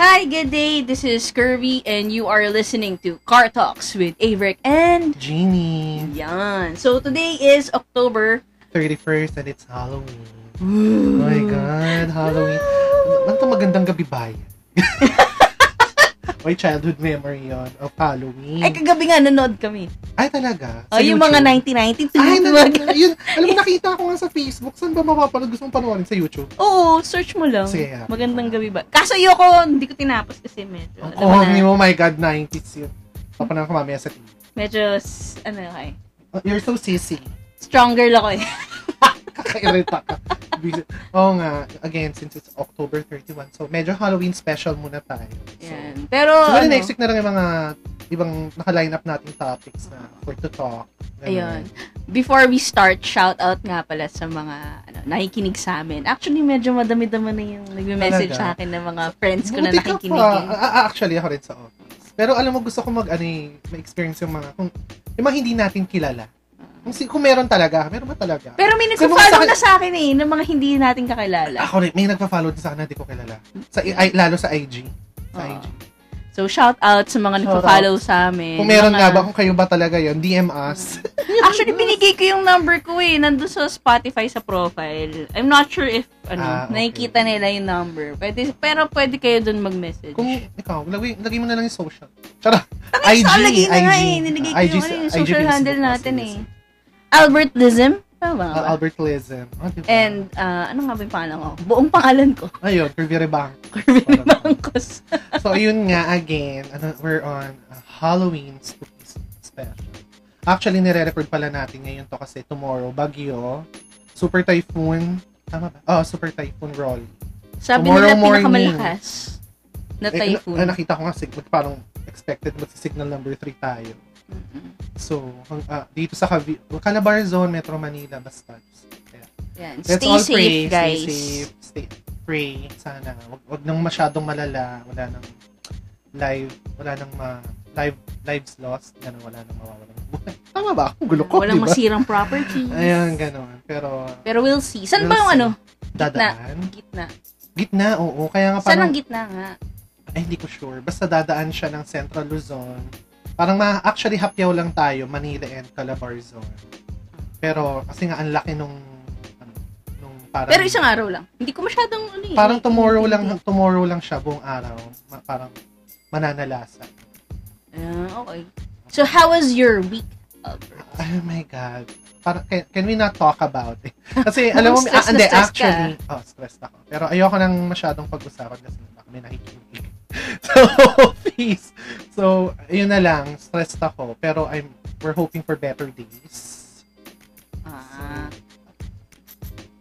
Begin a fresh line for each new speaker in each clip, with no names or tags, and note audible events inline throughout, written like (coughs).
Hi, good day. This is Curvy and you are listening to Car Talks with Averick and
Genie.
Yan. So today is October.
31st and it's Halloween. Oh
Oh
my God, Halloween. Ano magandang gabi bayan? My childhood memory yon of Halloween.
Ay, kagabi nga nanood kami.
Ay, talaga? Sa
Ay, Oh, yung mga
YouTube?
1990
Ay,
tulog
talaga. Yun, alam
(laughs)
mo, nakita ko nga sa Facebook. Saan ba mapapanood? Gusto mong panoorin sa YouTube?
Oo, search mo lang.
Sige, ah.
Magandang gabi ba? Kaso ayoko, hindi ko tinapos kasi medyo.
Ang
alam mo
corny
na,
Oh, mo, my God, 90s yun. Papanang ko mamaya sa TV.
medyo, s- ano kay,
Oh, You're so sissy. (laughs)
stronger lang ako eh.
Kakairita ka. Bis- Oo nga, again, since it's October 31, so medyo Halloween special muna tayo. So,
Yan. Pero,
so
ano,
ano? next week na lang yung mga ibang naka-line up nating topics na for to talk.
Ayun. before we start, shout out nga pala sa mga ano, nakikinig sa amin. Actually, medyo madami-dami na yung nagme-message sa
Talaga?
akin ng mga friends ko na
Buti ka
nakikinig.
pa.
eh.
Ah, ah, actually, ako rin sa office. Pero alam mo, gusto ko mag, ano, eh, ma-experience yung mga, kung, yung mga hindi natin kilala. Kung, si- kung meron talaga, meron ba talaga?
Pero may
Kasi mga
nagpa-follow
sa-
na sa akin eh, ng mga hindi natin kakilala.
ako rin, may nagpa-follow din sa akin na di ko kilala. Sa, ay, lalo sa IG. Sa
Oo.
IG.
So, shout out sa mga
Shout
nagpa-follow sa amin.
Kung
Eh,
meron
Mga-
nga ba, kung kayo ba talaga yon DM us. (laughs)
Actually, binigay ko yung number ko eh. Nandun sa Spotify sa profile. I'm not sure if, ano,
Ah, okay.
nakikita nila yung number. Pwede, pero pwede kayo dun mag-message.
Kung ikaw, lagay, lagay mo na lang yung social. Tara. IG,
Saan lagay na nga
IG.
eh. Nilagay ko
IG,
yung, ano, yung
IG,
social
Facebook,
handle
ah,
natin
sige,
eh.
sige.
Albert Lism. Tama ba?
Ah, Albert Lizem. Ah, diba?
And, ah, ano nga ba yung pangalan ko? Buong pangalan ko. (laughs)
Ayun, Kirby Rebang.
Kirby Bangkos.
so, ayun nga, again, ano, we're on uh, Halloween Spooky Special. Actually, nire-record pala natin ngayon to kasi tomorrow, Bagyo, Super Typhoon, tama ba? Oh, Super Typhoon Roll.
Sabi nila
Tomorrow morning.
pinakamalakas na
Eh, na-
typhoon.
nakita ko nga, sig- parang expected magsi-signal number 3 tayo.
Mm-mm.
So, ang- ah, dito sa Cavi- Calabar Zone, Metro Manila, basta. Kaya,
Yan.
Let's
Stay
all
safe,
pray,
guys.
Stay safe. Stay pray. Sana. Wag, wag nang masyadong malala. Wala nang live. Wala nang ma, live, lives lost. Ganun, wala nang mawawalan ng buhay. (laughs) Tama ba? Ang gulo ko, di
Walang
ba?
masirang property.
Ayan, ganun. Pero,
Pero we'll see. Saan ba
We'll
yung
see.
ano?
dadaan.
Gitna.
Gitna, oo. Kaya nga
Saan
parang,
ang gitna nga?
ay, hindi ko sure. Basta dadaan siya ng Central Luzon. Parang ma, actually, hapyaw lang tayo. Manila and Calabar Zone. Pero, kasi nga, ang laki nung, ano, nung parang...
Pero isang araw lang. Hindi ko masyadong ano eh.
Parang tomorrow
Hindi-
lang tomorrow lang siya buong araw. Ma- parang mananalasa.
Ah, okay. So, how was your week, Albert?
Oh my God. Parang, can, can we not talk about
(laughs)
it? Kasi, alam mo,
Stress
ah,
na
hindi,
stress ka.
actually, oh, stressed ako. Pero ayoko nang masyadong pag-usapan kasi baka may nakikinig. (laughs) So, please. So, yun na lang, stressed ako. Pero I'm, we're hoping for better days.
Ah.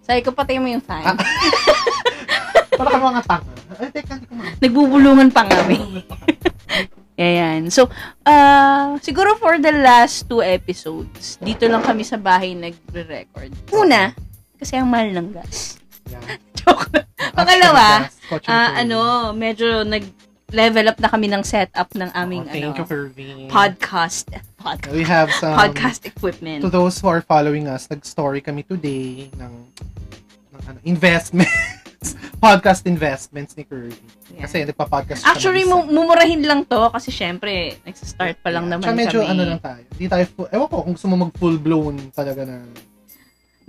Sabi ko, patay mo yung fan.
Ah. Para ka mga tanga. Ay, teka, hindi ko ma-
(laughs) Nagbubulungan pa
(laughs)
kami. Ayan. So, ah, siguro for the last two episodes, dito lang kami sa bahay nagre-record. Una, kasi ang mahal ng gas.
(laughs) Yeah.
Joke lang.
Actually,
Pangalawa,
yes, coaching
Ah,
Kirby.
ano, medyo nag-level up na kami ng setup ng aming
Oh, thank
ano,
you, Kirby.
podcast. Podcast.
We have some
podcast
to
equipment.
those who are following us, nag-story kami today ng, ng ano, investments. (laughs) podcast investments ni Kirby.
Yeah.
Kasi nagpa-podcast siya
Actually,
mag-isa.
mu- mumurahin lang to kasi syempre, nagsistart pa lang naman
Yeah. Tsaka
kami.
medyo ano lang tayo. Di tayo full, ewan ko kung gusto mo mag full blown talaga na.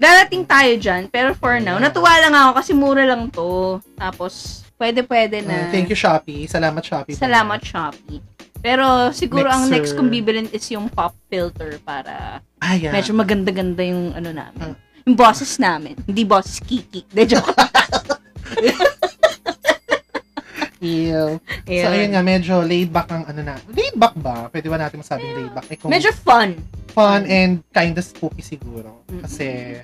Darating tayo dyan, pero for now,
Yeah.
natuwa lang ako kasi mura lang to. Tapos, pwede-pwede
Uh,
na.
thank you Shopee. Salamat Shopee.
Salamat, Shopee. Pero siguro ang
Mixer.
next kong bibilin is yung pop filter para
Ay, Ah, yeah.
medyo maganda-ganda yung ano namin.
Ah.
Yung boses namin. Hindi boses kiki. De joke.
Ew. So, (laughs) ayun nga, medyo laid back ang ano na. Laid back ba? Pwede ba natin masabing laid back? Eh, kung
Medyo fun.
fun and kind of spooky siguro.
Mm-mm.
Kasi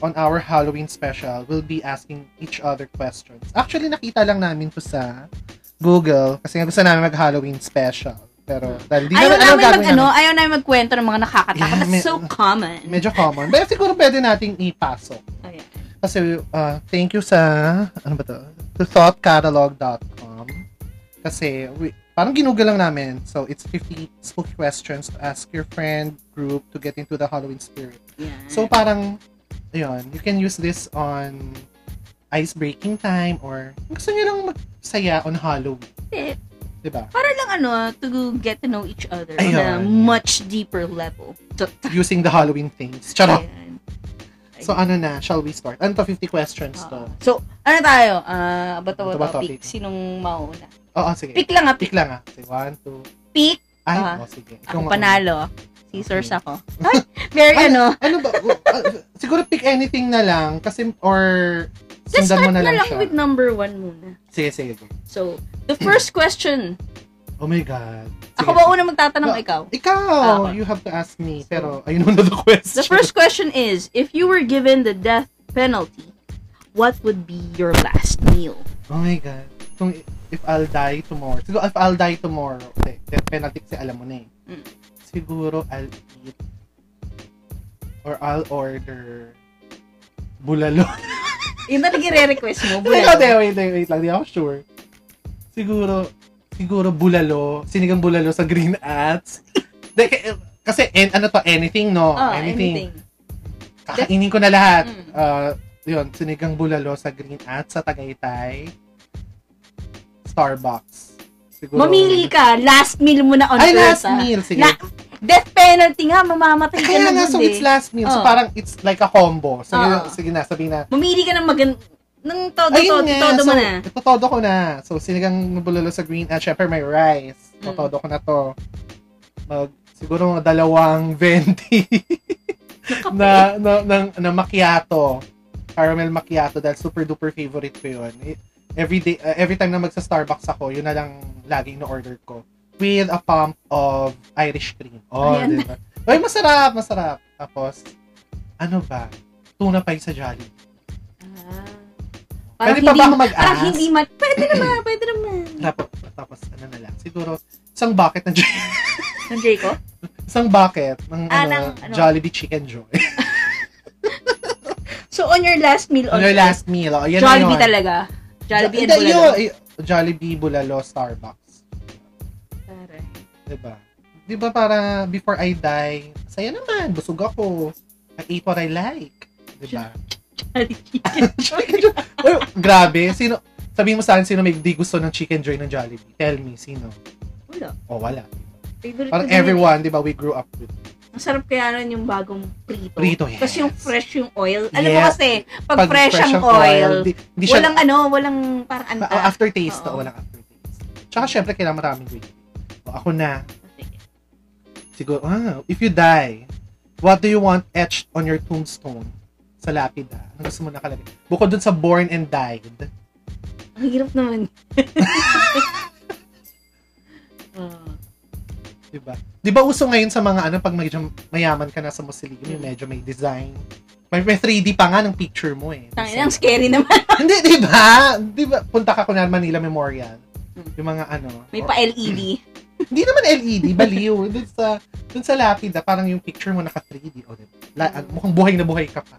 on our Halloween special, we'll be asking each other questions. Actually, nakita lang namin to sa Google kasi nga gusto namin mag-Halloween special. Pero dahil di
ayaw
namin alam
namin mag,
gagawin
ano,
namin.
ayaw namin magkwento ng mga nakakatakot.
Yeah,
That's
me-
so common.
Medyo common. Pero siguro pwede nating ipasok.
Ayan.
Kasi uh, thank you sa, ano ba to? To thoughtcatalog.com Kasi we, parang ginugol lang namin. So it's 50 spooky questions to ask your friend group to get into the Halloween spirit.
Ayan.
So parang, ayun, you can use this on ice breaking time or gusto niyo lang magsaya on Halloween,
Eh,
'di ba?
Para lang ano, to get to know each other on a
Ayun.
much deeper level. So,
Using the Halloween things. Charot.
ayan.
So ano na, shall we start? Ano to 50 questions to?
Ah. so, ano tayo? Ah, bato
Bato
ba
ba
topic?
topic?
Sinong mauna?
Oo, oh, sige.
Pick lang ah, pick.
Pick lang ah. Sige, one, two.
Pick.
Ay,
Ah.
oh, sige. Ikaw
Ako
mauna.
panalo. Scissors
Okay.
ako. Ay, very ano.
Ano ba? Oh, ah, siguro pick anything na lang kasi or
Let's
sundan
start
mo na
na
lang,
lang
siya.
with number one muna.
Sige, sige. go.
So, the first question.
Oh my God. Sige,
Ako ba
sige.
una magtatanong
No.
ikaw? Ah,
Ikaw,
ako.
you have to ask me. Pero, ayun na the question.
The first question is, if you were given the death penalty, what would be your last meal?
Oh my God. Kung i- if I'll die tomorrow. Siguro if I'll die tomorrow. Kasi death penalty kasi alam mo na eh.
Mm.
Siguro I'll eat or I'll order bulalo.
Yun talaga yung request mo. (laughs)
Bulalo.
bulalo.
wait, wait, wait lang. Di ako sure. Siguro, siguro bulalo. Sinigang bulalo sa Green (laughs) Ats. De, k- kasi en, ano to, anything no?
Oh, anything.
anything. Kakainin ko na lahat.
Mm.
Ah, yun, sinigang bulalo sa Green Ats, sa Tagaytay. Starbucks. Siguro.
Mamili ka. Last meal mo na on
Ay,
earth,
last
ah.
meal. Sige.
La- death penalty nga, mamamatay ka
Kaya
na
nga,
dun
so
eh.
it's last meal. So
Oh.
parang it's like a combo. So, yun,
Oo.
sige na, sabihin na.
Mamili ka ng magan... Nang todo,
Ayun
todo,
nga,
todo
so,
mo na.
Totodo ko na. So, sinigang bulalo sa green. At syempre, may rice.
Mm.
Totodo ko na to. Mag, siguro, mga dalawang (laughs) venti
Ah.
na, na, na, na macchiato. Caramel macchiato dahil super duper favorite ko yun. I- Every day, uh, every time na magsa-Starbucks ako, yun na lang laging na-order ko. With a pump of Irish cream. Oh,
Ayan.
diba? Ay, masarap, masarap. Tapos, ano ba? Tuna pie sa Jollibee.
Ah.
Pwede pa ba ako mag-ask?
Parang hindi ma- Pwede naman, pwede naman.
Tapos, tapos ano na lang. Siguro, isang bucket ng
Ng Jayco?
(laughs) isang bucket ng
Ah,
ano,
ng ano?
Jollibee Chicken Joy.
So, on your last meal, on
(laughs) Your last meal. Oh, yan na
Jollibee
yun.
talaga. Jollibee and
Hindi,
Bulalo.
yun, eh, Jollibee, Bulalo, Starbucks.
Pare.
Diba? Di ba para before I die, saya naman, busog ako. I ate what I like.
(laughs)
Diba?
Jollibee.
Chicken Joy. Uy, grabe. Sino, sabihin mo sa akin sino may di gusto ng Chicken Joy ng Jollibee. Tell me, sino?
Wala.
O, wala.
Favorite
Parang
ko din
everyone, di ba, we grew up with
yun. Ang sarap kaya nun yung bagong prito.
Prito, yes.
Tapos yung fresh yung oil. Alam mo
Yeah.
kasi, pag, fresh, ang oil,
di, di siya-
walang ano, walang parang
Ma-
anta.
oh, aftertaste.
Oo.
Oo, walang aftertaste. Tsaka syempre, kailangan maraming gravy. O, ako na,
Sige.
siguro, ah, if you die, what do you want etched on your tombstone? Sa lapid, ha? Ano gusto mo nakalagay? Bukod dun sa born and died,
Ang hirap naman.
(laughs)
(laughs) Ah.
di ba? Di ba diba? uso ngayon sa mga ano, pag medyo mayaman ka na sa mausoleum,
Mm.
yung medyo may design. May, may 3D pa nga ng picture mo eh.
Tangina, ang scary naman.
Hindi, di ba? Di ba? Punta ka kunwari Manila Memorial.
Hmm.
Yung mga ano.
May
or-
pa-LED.
Hindi naman LED, baliw. (laughs) dun sa dun sa lapid, ah, parang yung picture mo naka 3D. O, diba? La, ah, mukhang buhay na buhay ka pa.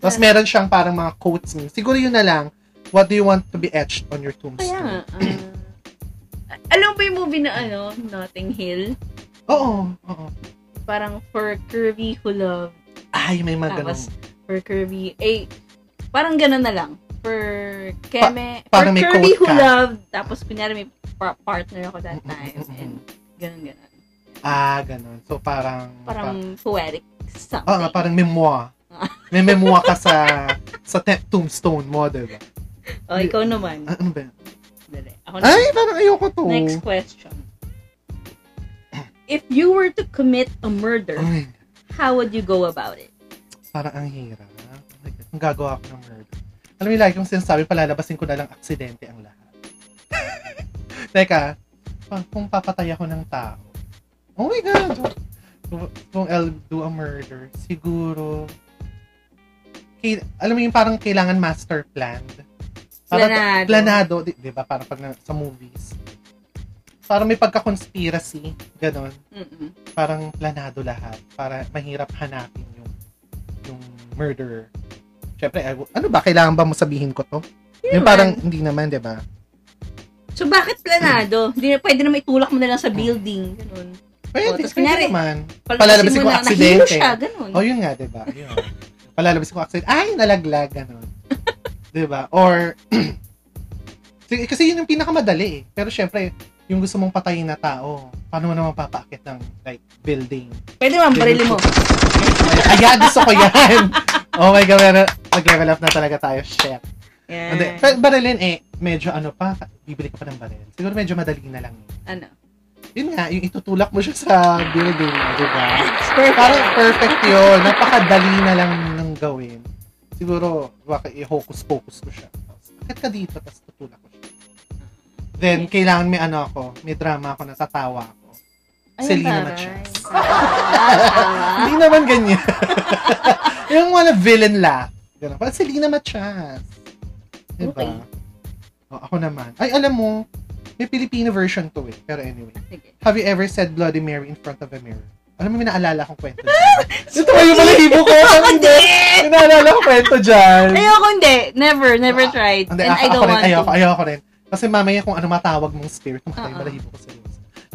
Tapos meron siyang parang mga quotes. mo. Siguro yun na lang, what do you want to be etched on your
Kaya nga.
tombstone?
ah, alam mo ba yung movie na ano, Notting Hill?
Oo, oo.
Parang for curvy who love.
Ay, may mga ganun.
Tapos for curvy, eh, parang gano'n na lang. For keme,
parang
for
may
curvy
quote
who
ka.
love. Tapos kunyari may pa- partner ako that time.
Mm-mm-mm-mm.
And gano'n gano'n.
Ah, ganun. So, parang...
Parang
pa-
poetic something.
Oo nga, parang
(laughs)
memoir.
Ah.
May memoir ka sa sa te- tombstone mo, diba?
O, Oh, ikaw naman.
Ah, ano ba yun?
Dali. Ako na.
Ay, parang ayoko to.
Next question. If you were to commit a murder,
Ay,
how would you go about it?
Parang ang hirap. Oh my God, Ang gagawa ko ng murder. Alam mo, lagi kong sinasabi, palalabasin ko na lang aksidente ang lahat. (laughs) Teka, pa- kung papatay ako ng tao, oh my God! Kung- Kung I'll do a murder, siguro, kay, alam mo yung parang kailangan master planned.
Planado.
Parang- Planado. Di, di ba? Parang pag na- sa movies. Parang may pagka-conspiracy. Ganon
Mm-mm.
parang planado lahat para mahirap hanapin yung yung murderer. Siyempre, I wo- ano ba? Kailangan ba mo sabihin ko to?
Hindi
Yung
naman.
parang, hindi naman, di ba?
So, bakit planado? Hindi na, pwede naman itulak mo na lang sa building. Ganun.
Pwede,
Oh, tapos
pwede
kunyari,
naman. Oh,
Palabasin
Palalabasin ko
na,
aksidente.
nahilo siya, ganun. (laughs)
(laughs) O, yun nga, di ba? Yun. Palalabasin ko accident. Ay, nalaglag, ganun. Diba? Or, (clears throat) Sige, kasi yun yung pinakamadali eh. Pero syempre, yung gusto mong patayin na tao, paano mo naman papaakit ng like building?
Pwede man, barili mo.
Ayan, gusto ko
(laughs)
yan! oh my God, meron- nag-level up na talaga tayo. Shit.
Yan.
Hindi, Pero barilin eh, medyo ano pa, bibili ka pa ng baril. Siguro medyo madali na lang. yun.
Ano?
Yun nga, yung itutulak mo siya sa building, di ba? Parang
Perfect.
perfect yun. Napakadali na lang ng gawin. Siguro, baka i-hocus-pocus ko siya. Tapos, Akit ka dito, tapos tutulak ko siya. Then, kailangan may ano ako, may drama ako, natatawa ako. Selena Matias. Hindi naman ganyan. (laughs) yung wala villain laugh. Ganun. Parang Selena Matias. Diba?
Okay.
O, ako naman. Ay, alam mo, may Filipino version to eh. Pero anyway.
Sige.
Have you ever said Bloody Mary in front of a mirror? Alam mo, may naalala akong kwento dyan.
(laughs)
Ito ba yung balahibo ko? Ako
din!
May naalala akong kwento dyan.
Ayoko hindi. Never, never tried.
Ah, Hindi,
And I
ako, ako
don't
rin,
want
ayoko,
to. Uh-uh.
ayoko rin. Kasi mamaya kung ano matawag mong spirit, tumatay
Oo.
yung balahibo ko sa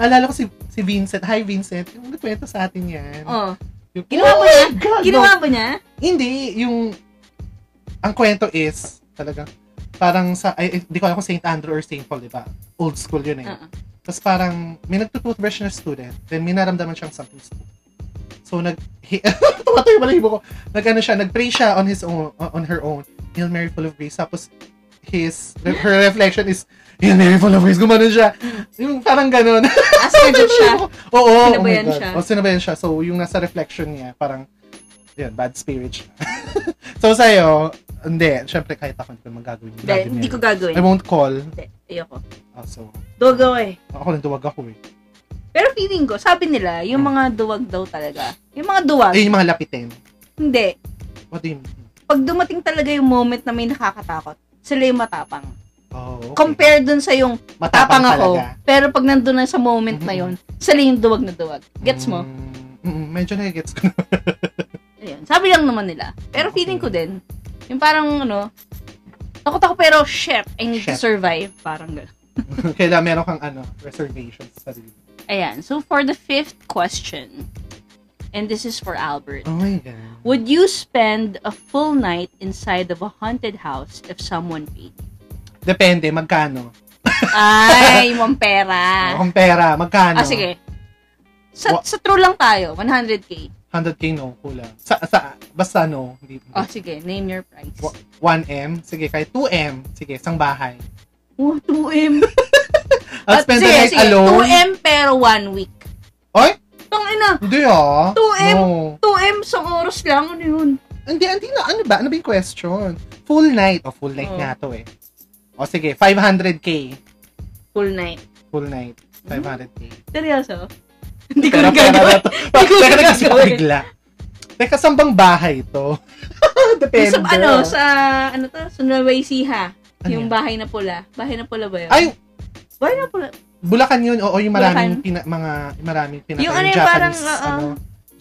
Naalala ko si, si Vincent. Hi, Vincent. Yung nagkwento sa atin yan.
Oh.
Yung-
Ginawa mo
my
yan?
God, no.
Ginawa ba niya?
Hindi, yung... Ang kwento is, talaga, parang sa, ay, hindi ko alam kung St. Andrew or St. Paul, di ba? Old school yun eh.
Oo.
Tapos parang, may nagtutoothbrush na student, then may naramdaman siyang something spook. So, nag, (laughs) tumatayo yung balahibo ko. Nag-ano siya, nag-pray siya on his own, on her own. Hail Mary full of grace. Tapos, his, her reflection is, Hail Mary full of grace. Gumano siya. Yung parang ganun.
As for
Ano
Ah,
(laughs)
siya.
yun? Oo, oh, oh my
Sinabayan
God.
siya.
Oh, sinabayan siya. So, yung nasa reflection niya, parang, yun, bad spirit siya. (laughs) so, sa'yo, hindi. Syempre, kahit ako, hindi ko magagawin.
Hindi, hindi ko gagawin.
I won't call.
Hindi, ayoko.
Ah, so,
Duwag ako eh.
ako rin duwag ako eh.
Pero feeling ko, sabi nila, yung mga duwag daw talaga. Yung mga duwag,
Ay, yung mga lapitin.
hindi.
What do you mean?
Pag dumating talaga yung moment na may nakakatakot, sila yung matapang.
Oh, okay.
Compare dun sa yung
Matapang
tapang ako,
talaga. Mm-hmm.
pero pag nandun na sa moment na yon, sila yung duwag na duwag. Gets mo?
Mm, mm, medyo nagigets ko na. (laughs) Mm.
Ayun. Sabi lang naman nila. Pero feeling ko din, yung parang ano, takot ako pero shit, I need to
Shit.
survive. Parang gano'n.
Kailangan meron kang ano, reservations sa sarili.
Ayan. So for the fifth question, and this is for Albert.
Oh my God.
Would you spend a full night inside of a haunted house if someone
(laughs)
paid? you?
Depende, magkano?
Ay, mong pera.
Kung pera, magkano?
Ah, sige. Sa,
Ano? Wa-
sa true lang tayo, 100k.
100k no, kulang. Sa, sa, basta no. Hindi,
Oh, sige, name your price.
Wa- 1M, sige, kahit 2M, sige, isang bahay.
Oh,
(laughs)
2M.
I'll
At
Ah, spend the
sige,
night
sige,
alone.
2M pero one week.
Oy?
Tang ina,
Hindi ah.
2M?
No.
2M sa oras lang, ano yun?
Hindi, hindi na. Ano ba? Ano ba yung question? Full night. O, full night
Oh.
nga to eh. O, sige, 500k.
Full night.
Full night. 500k.
Hmm? Seryoso? (laughs) Hindi ko
Pero
rin
pera
gagawin.
na to.
(laughs) Hindi ko
Teka,
rin
nag-isip ako
gagawin.
bigla. Teka, saan bang bahay to? (laughs) Depende.
Sa ano, sa, ano to? Sa Nueva Ecija.
Ano
Yung
yan?
bahay na pula. Bahay na pula ba yun?
Ay,
Bahay na pula.
Bulacan yun. Oo, yung
Bulacan.
maraming pina, mga, maraming pinatay.
Yung ano yung
Japanese,
parang, oo.
ano,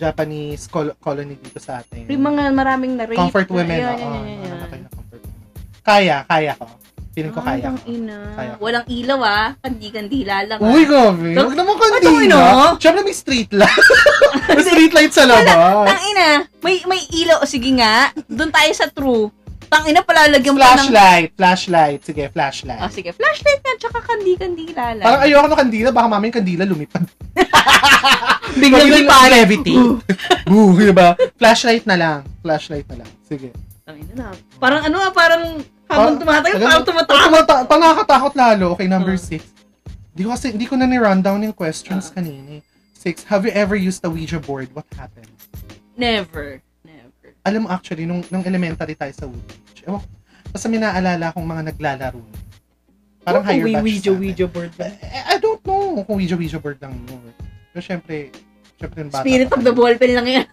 Japanese col- colony dito sa atin.
Yung mga maraming na rape.
Comfort women. ano
Yun,
Yun,
yun, yun, yun, yun.
na comfort women. Kaya, kaya ko. Feeling ko
Ah,
kaya
tang
ko.
ina.
Kaya ko.
Walang ilaw ah. Kandi-kandila lang. ah.
Uy, gabi.
Tang-
Huwag naman
Tang ina.
kandila. Siyempre may street light.
(laughs)
may street light sa labas.
Tang ina. May, may ilaw. O, sige nga. Doon tayo sa true. Tang ina, palalagyan mo pa ng...
Flashlight. Flashlight. Sige,
O,
flashlight.
Oh, sige. Flashlight na, tsaka kandi-kandila lang.
Parang ayoko ng kandila. Baka mamaya yung kandila lumipad.
Biglang lumipad.
Levity. (laughs) Boo, diba? Flashlight na lang. Flashlight na lang. Sige.
Tang ina na. Parang ano ah, parang habang tumatayo, parang tumatakot.
Tumata- pa- nakakatakot lalo. Okay, number
Ah.
six. Di ko kasi, di ko na ni-rundown yung
Oh.
questions kanini. Six, have you ever used a Ouija board? What happened?
Never. Never.
Alam mo actually, nung, nung elementary tayo sa Woodbridge, ewan ko, basta may naalala akong mga naglalaro. nun. Parang higher batch sa amin.
board
Eh, I don't know kung Ouija Ouija board lang yun. Pero syempre, syempre yung bata.
Spirit
pa
of the
kami.
ballpen lang yan.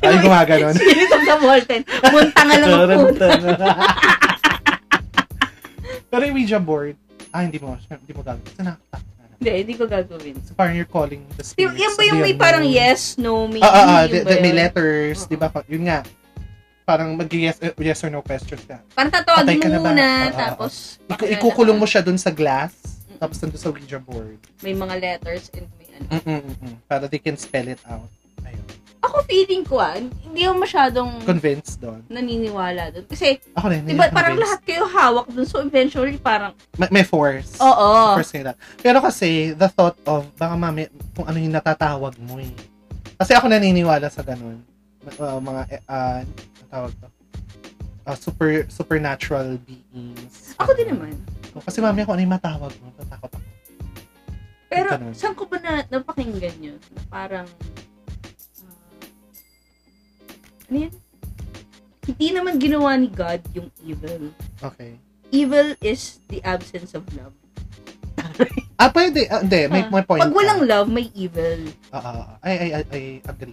Ay,
(laughs)
gumaganon.
Spirit of the ballpen. Munta nga lang ang puta.
(laughs) Pero yung Ouija board, ah, hindi mo, syempre, hindi mo gagawin. Kasi nakakatakot na.
Hindi, hindi ko gagawin.
So parang you're calling the
Y-
spirits.
yan ba yung may
Ayun.
parang yes, no, maybe?
Ah, ah, ah,
yun
the-
ba
the- may
yun?
letters,
Oo.
di ba? Yun nga. Parang mag-yes eh, yes or no questions ka.
Parang tatawagin
Patay ka
mo
na ba?
muna,
Oo, oo,
tapos...
Iku-
pakilala
ikukulong
ka.
mo siya dun sa glass,
Mm-mm.
tapos dun sa Ouija board.
May mga letters and may ano.
Mm-mm-mm. Para they can spell it out. Ayun.
Ako ako feeling ko ah, hindi ako masyadong
Convinced doon.
naniniwala doon. Kasi,
Ako rin.
di
hindi
ba,
ako
Diba, parang
convinced.
lahat kayo hawak doon. So, eventually, parang,
May, may force.
oo.
Force nila. Pero kasi, the thought of, baka mami, kung ano yung natatawag mo eh. Kasi ako naniniwala sa ganun. Uh, mga, uh, ang tawag to? Uh, super, supernatural beings.
Ako din naman.
Kasi mami, kung ano yung matawag mo, tatakot ako.
Pero,
Ganun.
saan ko ba na, napakinggan yun? Na parang, ah, ano yan? Hindi naman ginawa ni God yung evil.
Okay.
Evil is the absence of love.
Ah, pwede. Ah, hindi, may,
Ah.
may point.
Pag walang love, may evil.
ka. Oo, oo. Ah, ay, ay, ay, ay, agree.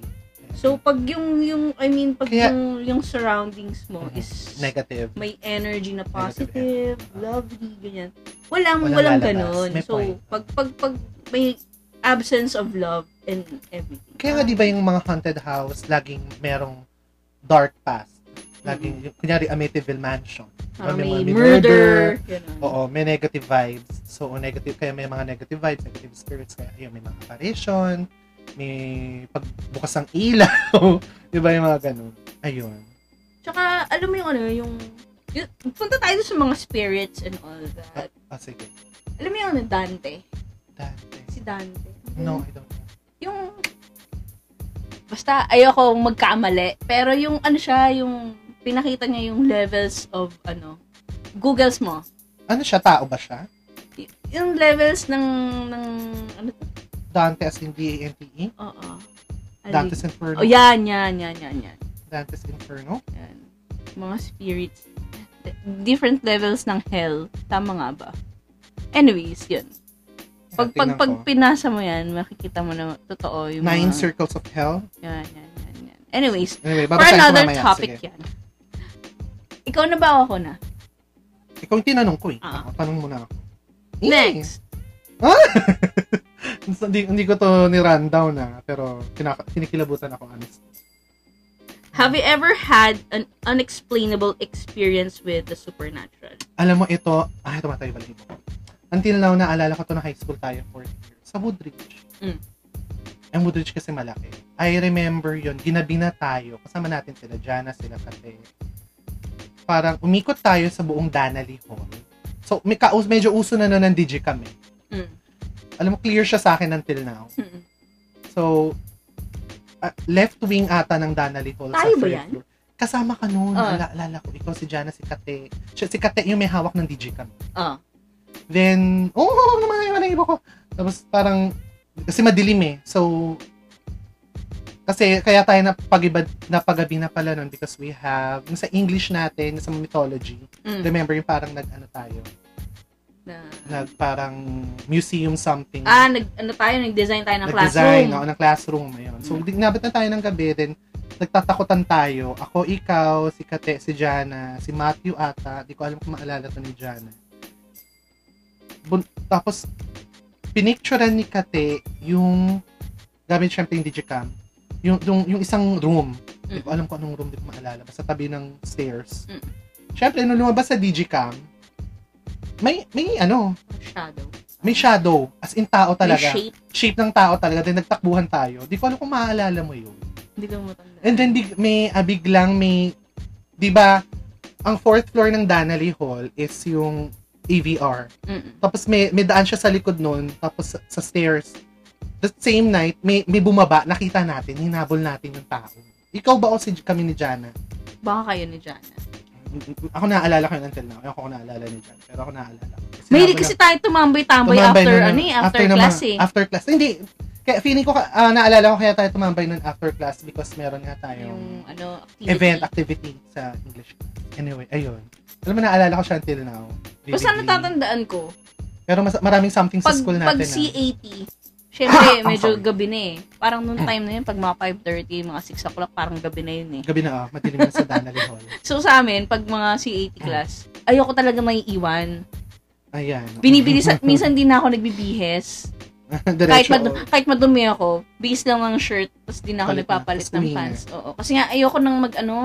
So, pag yung, yung I mean, pag
Kaya-
yung, yung surroundings mo
Mhm.
is
Negative.
may energy na
Negative
positive, lovely, ganyan. Walang,
Walang
walang,
lalabas.
ganun.
May
So,
point.
pag, pag, pag may absence of love and everything.
Kaya nga, di ba yung mga haunted house, laging merong dark past. Laging,
Mm-hmm.
yung- kunyari, Amityville Mansion. Di ba,
Parang may,
mga-
murder, ganun.
Oo, may negative vibes. So, negative, kaya may mga negative vibes, negative spirits, kaya ayun, may mga apparition, may pagbukas ng ilaw. (laughs) di ba yung mga ganun? Ayun.
Tsaka, alam mo yung ano, yung, yun, punta tayo sa mga spirits and all that.
Ah, sige.
Alam mo yung ano, Dante?
Dante.
Si Dante. Mm-hmm.
No, I don't know.
Yung, basta, ayoko magkamali. Pero yung ano siya, yung, pinakita niya yung levels of, ano, Googles mo.
Ano siya? Tao ba siya?
Y- yung levels ng ng ano to?
Dante as in D-A-N-T-E?
Oo. Ano
E? Dante's
yun?
Inferno?
Oh, yan, yan, yan, yan, yan.
Dante's Inferno?
Yan. Mga spirits. D- Different levels ng hell. Tama nga ba? Anyways, yun. Pag, pag,
Tingnan
pag
ko.
pinasa mo yan, makikita mo na totoo yung
Nine
mga...
Circles of Hell?
Yan, yan, yan, yan. Anyways,
Anyway,
for
babasahin ko
another
mamaya.
topic
Sige.
yan. Ikaw na ba o ako na?
Ikaw yung tinanong ko eh.
Ah.
Ako, tanong mo na ako. Eh,
Next.
(laughs) Hindi, hindi ko to ni-rundown na, pero kinaka- kinikilabutan ako honest.
Have you ever had an unexplainable experience with the supernatural?
Alam mo, ito, ah, ito matayo pala dito. Until now, naalala ko to na high school tayo, fourth year, sa Woodridge.
Mm.
Ang Woodridge kasi malaki. I remember yon ginabi na tayo, kasama natin sila, Jana, sila, Kate. Parang umikot tayo sa buong Danali Hall. So, may kaus- medyo uso na nun ng Digicam eh.
Mm.
Alam mo, clear siya sa akin until now.
Mm.
So, ah, left wing ata ng Danali Hall
Tayo
sa
ba
third
yan?
floor. Kasama ka noon.
Ah.
Ala- Alala ko. Ikaw, si Jana, si Kate. Siya, si Kate yung may hawak ng Digicam.
Ah.
Then, oo, oh, oh, naman yung iba ko. Tapos parang, kasi madilim eh. So, kasi kaya tayo napagibad, napagabi na pala nun because we have, yung sa English natin, sa mythology,
Mm.
remember yung parang nag, ano tayo,
na,
nag parang museum something.
ah, nag, ano tayo, nag-design tayo ng
Nag-design,
classroom.
oo, ng classroom. Ayun. So, mm. na tayo ng gabi, then nagtatakutan tayo. Ako, ikaw, si Kate, si Jana, si Matthew ata. Di ko alam kung maalala to ni Jana. Bun- tapos, pinicturean ni Kate yung gamit siyempre yung digicam. Yung, yung, yung isang room. Di ko
Mm.
alam kung anong room, di ko maalala. Basta tabi ng stairs.
Mm.
Siyempre, nung lumabas sa digicam, may, may ano,
Shadow.
may shadow. As in tao talaga
May shape.
shape ng tao talaga. Then nagtakbuhan tayo. Di ko alam kung maaalala mo yun.
Hindi ko matanda.
And then di, may abig lang may, di ba, ang fourth floor ng Danali Hall is yung AVR.
Mm-mm.
Tapos may, may daan siya sa likod nun, tapos sa, sa stairs. The same night, may, may bumaba, nakita natin, hinabol natin yung tao. Ikaw ba o si kami ni Jana? Mm,
Baka kayo ni Jana.
Ako naaalala ko yun until now. Ewan ko kung naaalala ni Jana, pero ako naaalala ko. Kasi
Mahilig
hinabol
kasi tayo tumambay-tambay
Tumambay
after,
nun
ano
ng-
eh, after,
ng
class
mga-
eh.
After class. Hindi. Kaya feeling ko, ka- ah, naalala ko kaya tayo tumambay nun after class because meron nga
yung,
tayong
ano, activity.
event, activity sa English class. Anyway, ayun. Alam mo, naalala ko siya until now.
Basta
vividly.
natatandaan ko,
Pero mas, maraming something
pag,
sa school
pag
natin. ah. (laughs)
CAT, syempre,
I'm
medyo
sorry.
gabi na eh. Parang nung time na yun, pag mga 5.30, mga 6 o'clock, parang gabi na yun eh.
Gabi na, ah, madilim na sa Danali Hall.
So sa amin, pag mga CAT class, ayoko talaga may iwan.
Ayan.
Binibilis, minsan din na ako nagbibihes. kahit,
(laughs) Diretso.
mad- kahit madumi ako, base lang ng shirt, tapos di na ako
Palit na.
nagpapalit
Tapos
ng
uwi na.
pants. Oo. Kasi nga, ayoko nang mag, ano,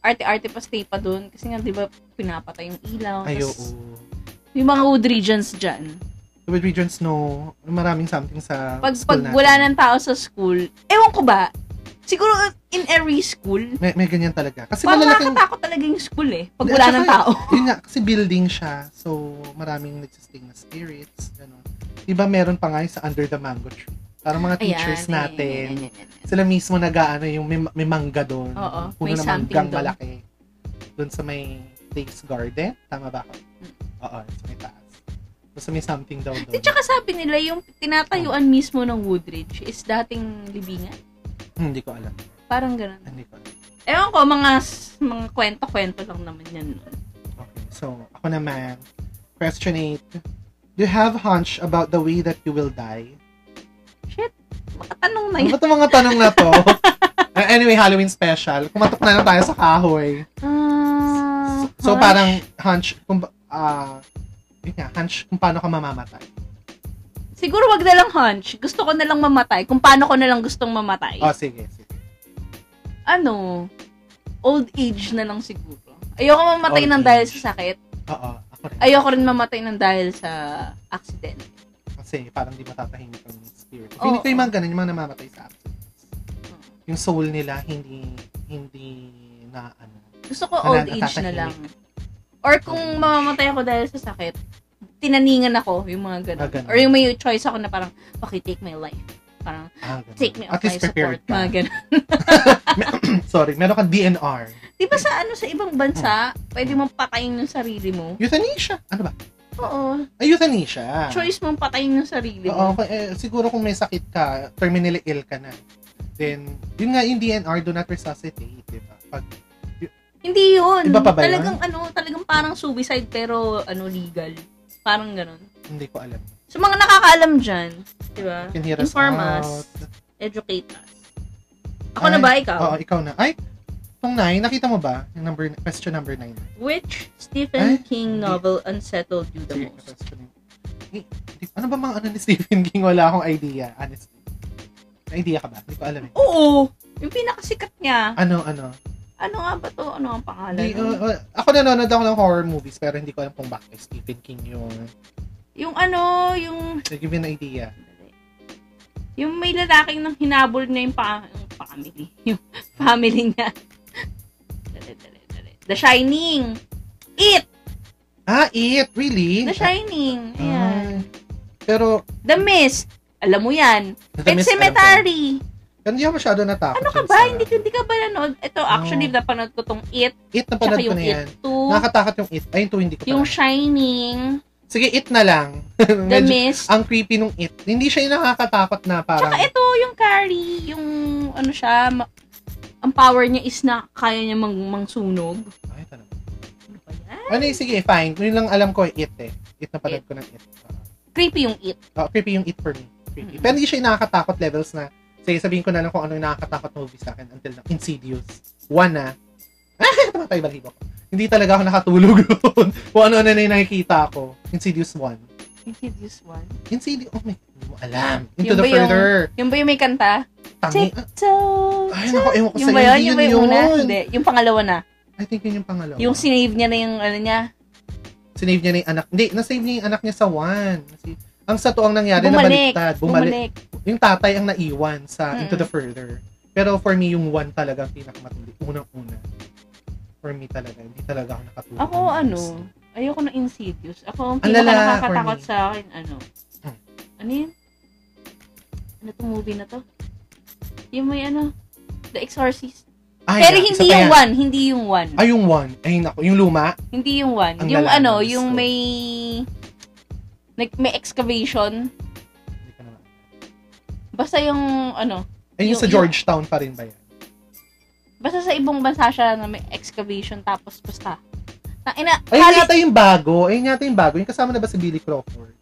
arte-arte pa stay pa doon. Kasi nga, di ba, pinapatay yung ilaw.
Ay, oo.
tas Yung mga wood regions dyan.
So, with Regents, no, maraming something sa
Pag, pag
school natin.
wala ng tao sa school, ewan ko ba, Siguro in every school.
May, may ganyan talaga. Kasi
Parang
malalaking...
nakakatakot talaga yung school eh. Pag
Hindi,
wala
at
ng
saka,
tao.
Yun nga, kasi building siya. So, maraming nagsistay na spirits. Ganun. Diba meron pa nga yung sa Under the Mango Tree? Parang mga teachers
ayan,
natin.
ayan, ayan, ayan, ayan.
Sila mismo nag-ano yung may, may mangga doon.
Oo,
Puno
may
na
something
manggang
doon.
malaki. Doon sa may Tate's Garden. Tama ba ako?
Hmm.
Oo, sa may taas. Basta may something daw
Di
doon.
tsaka sabi nila, yung tinatayuan mismo ng Woodridge is dating libingan.
Hmm, Hindi ko alam.
Parang ganun.
Hindi ko alam.
Ewan ko, mga, s- mga kwento-kwento lang naman yan. nun.
Okay, so ako naman. Question 8. Do you have hunch about the way that you will die?
Makatanong na
Ano
yun.
ba itong mga tanong na
(laughs)
to? Uh, anyway, Halloween special. Kumatok na lang tayo sa kahoy.
Ah,
So,
hush.
parang hunch, kung, ba- ah, yun nga, hunch kung paano ka mamamatay.
Siguro wag na lang hunch. Gusto ko na lang mamatay. Kung paano ko na lang gustong mamatay.
Oh, sige, sige.
ano, old age na lang siguro. Ayoko mamatay
Old
ng dahil
age.
sa sakit.
Oo, ako rin.
Ayoko rin mamatay ng dahil sa accident.
Kasi parang di matatahimik ang spirit.
Oo. Hmm.
Feeling ko yung mga ganun, yung mga namamatay sa absence. Yung soul nila, hindi, hindi na, ano,
Gusto ko old
Wala,
age na
natatahimik.
lang. Or kung mamamatay ako dahil sa sakit, tinaningan ako, yung mga ganun.
Mga Ah, ganun.
Or yung may choice ako na parang, okay, take my life. Parang,
ah, ganun.
take me off
At least
life support.
prepared
Mga
ka.
ganun.
Sorry, meron kang DNR.
Di ba sa ano, sa ibang bansa, pwede mong patayin yung sarili mo?
Euthanasia. Ano ba?
Oo.
Ay, euthanasia.
Choice mong patayin yung sarili
Oo,
mo.
kung- eh, siguro kung may sakit ka, terminally ill ka na. Then, yun nga yung DNR, do not resuscitate, di ba? Pag,
Hindi yun.
Iba pa ba yun?
talagang ano, talagang parang suicide pero ano legal. Parang ganun.
hindi ko alam.
So mga nakakaalam dyan, di ba?
You can hear us
Inform us,
out.
educate us. Ako na
Ay,
ba ikaw?
Oo, ikaw na. Ay, itong nine, nakita mo ba? Yung number, question number nine.
Which Stephen
Ay,
King
hindi.
novel unsettled you the
Sige,
most?
question yun. Eh, di- Ano ba mga ano ni Stephen King? Wala akong idea, honestly. May idea ka ba? Hindi ko alam eh.
Oo! Yung pinakasikat niya.
Ano, ano?
Ano nga ba to? Ano ang pangalan?
Di,
nun?
uh, uh, ako nanonood ako ng horror movies, pero hindi ko alam kung bakit Stephen King yun.
yung ano, yung...
So, give me an idea.
Yung may lalaking nang hinabol niya yung, pa, yung family. Yung family niya. Dali, dali, dali. The Shining! It!
Ah, it? Really?
The Shining. Ayan.
Ah. Pero,
The Mist. Alam mo yan.
The
And
Mist, alam ko.
Cemetery.
Pero hindi ako masyado natakot.
Ano ka
dun
ba?
sa-
Hindi, hindi ka ba nanood? Ito, actually, napanood ko tong It.
It,
Tsaka
Ah. napanood ko
yung
na yan.
It 2.
Nakakatakot yung it. Ay, ito hindi ko
Yung
pala.
Shining.
Sige, it na lang.
The
Medyo-
Mist.
Ang creepy nung it. Hindi siya yung nakakatakot na parang...
Tsaka ito, yung Carrie. Yung ano siya, ma- ang power niya is na kaya niya mang, mangsunog.
Ay, talaga.
Ano ba yan?
Ano eh, sige, fine. Yun lang alam ko, eh, it eh. It napanood ko ng it.
Creepy yung It.
Oh, creepy yung it for me. Creepy.
Mm-mm.
Pero hindi siya yung nakakatakot levels na... Sige, sabihin ko na lang kung ano yung nakakatakot movie sa akin until now. Insidious. One na. Ah, tumatay balibo ko. Hindi talaga ako nakatulog (laughs) doon. kung ano-ano na yung nakikita ko. Insidious 1.
Insidious one.
Insidious, oh my, hindi mo alam. Into
Yun
the
ba yung-
Further.
Yung ba yung may kanta?
Tangi.
So,
Ay, naku, ewan ko
yung
sa'yo.
ba
Hindi
yun? Yung ba
yun
yung una?
yun.
Hindi. Yung pangalawa na.
I think yun yung pangalawa.
Yung sinave niya na yung ano niya.
Sinave niya na yung anak. Hindi, nasave niya yung anak niya sa one. Nasave- Ang sa to ang nangyari,
Bumalik.
nabaliktad.
Bumalik.
Bumalik.
Mm.
Yung tatay ang naiwan sa
Mm-mm.
Into the Further. Pero for me, yung one talaga ang pinakamatindi. Unang-una. For me talaga. Hindi talaga ako nakatulog.
Ako,
ng
ano,
gusto.
ayoko ng insidious. Ako, ang
Ang
pinaka
lala,
nakakatakot
for me.
sa akin, ano,
Hmm.
ano yun? Ano tong movie na to? Yung may ano, The Exorcist.
Ay,
Pero
yeah,
hindi
isa pa
yung
yan.
one, hindi yung one.
Ay, yung one. Ay, naku. Yung luma.
Hindi yung one.
Ang
yung
lala
ano,
ng
yung
gusto.
may, nag- may excavation.
Hindi ko naman.
Basta yung, ano,
Ay, yung,
Yung-
sa
yung-
Georgetown pa rin ba yan?
basta sa ibang bansa siya na may excavation tapos basta. Na, ina,
Ay,
halos-
yata yung bago. Ay, yata yung bago. Yung kasama na ba si Billy Crawford?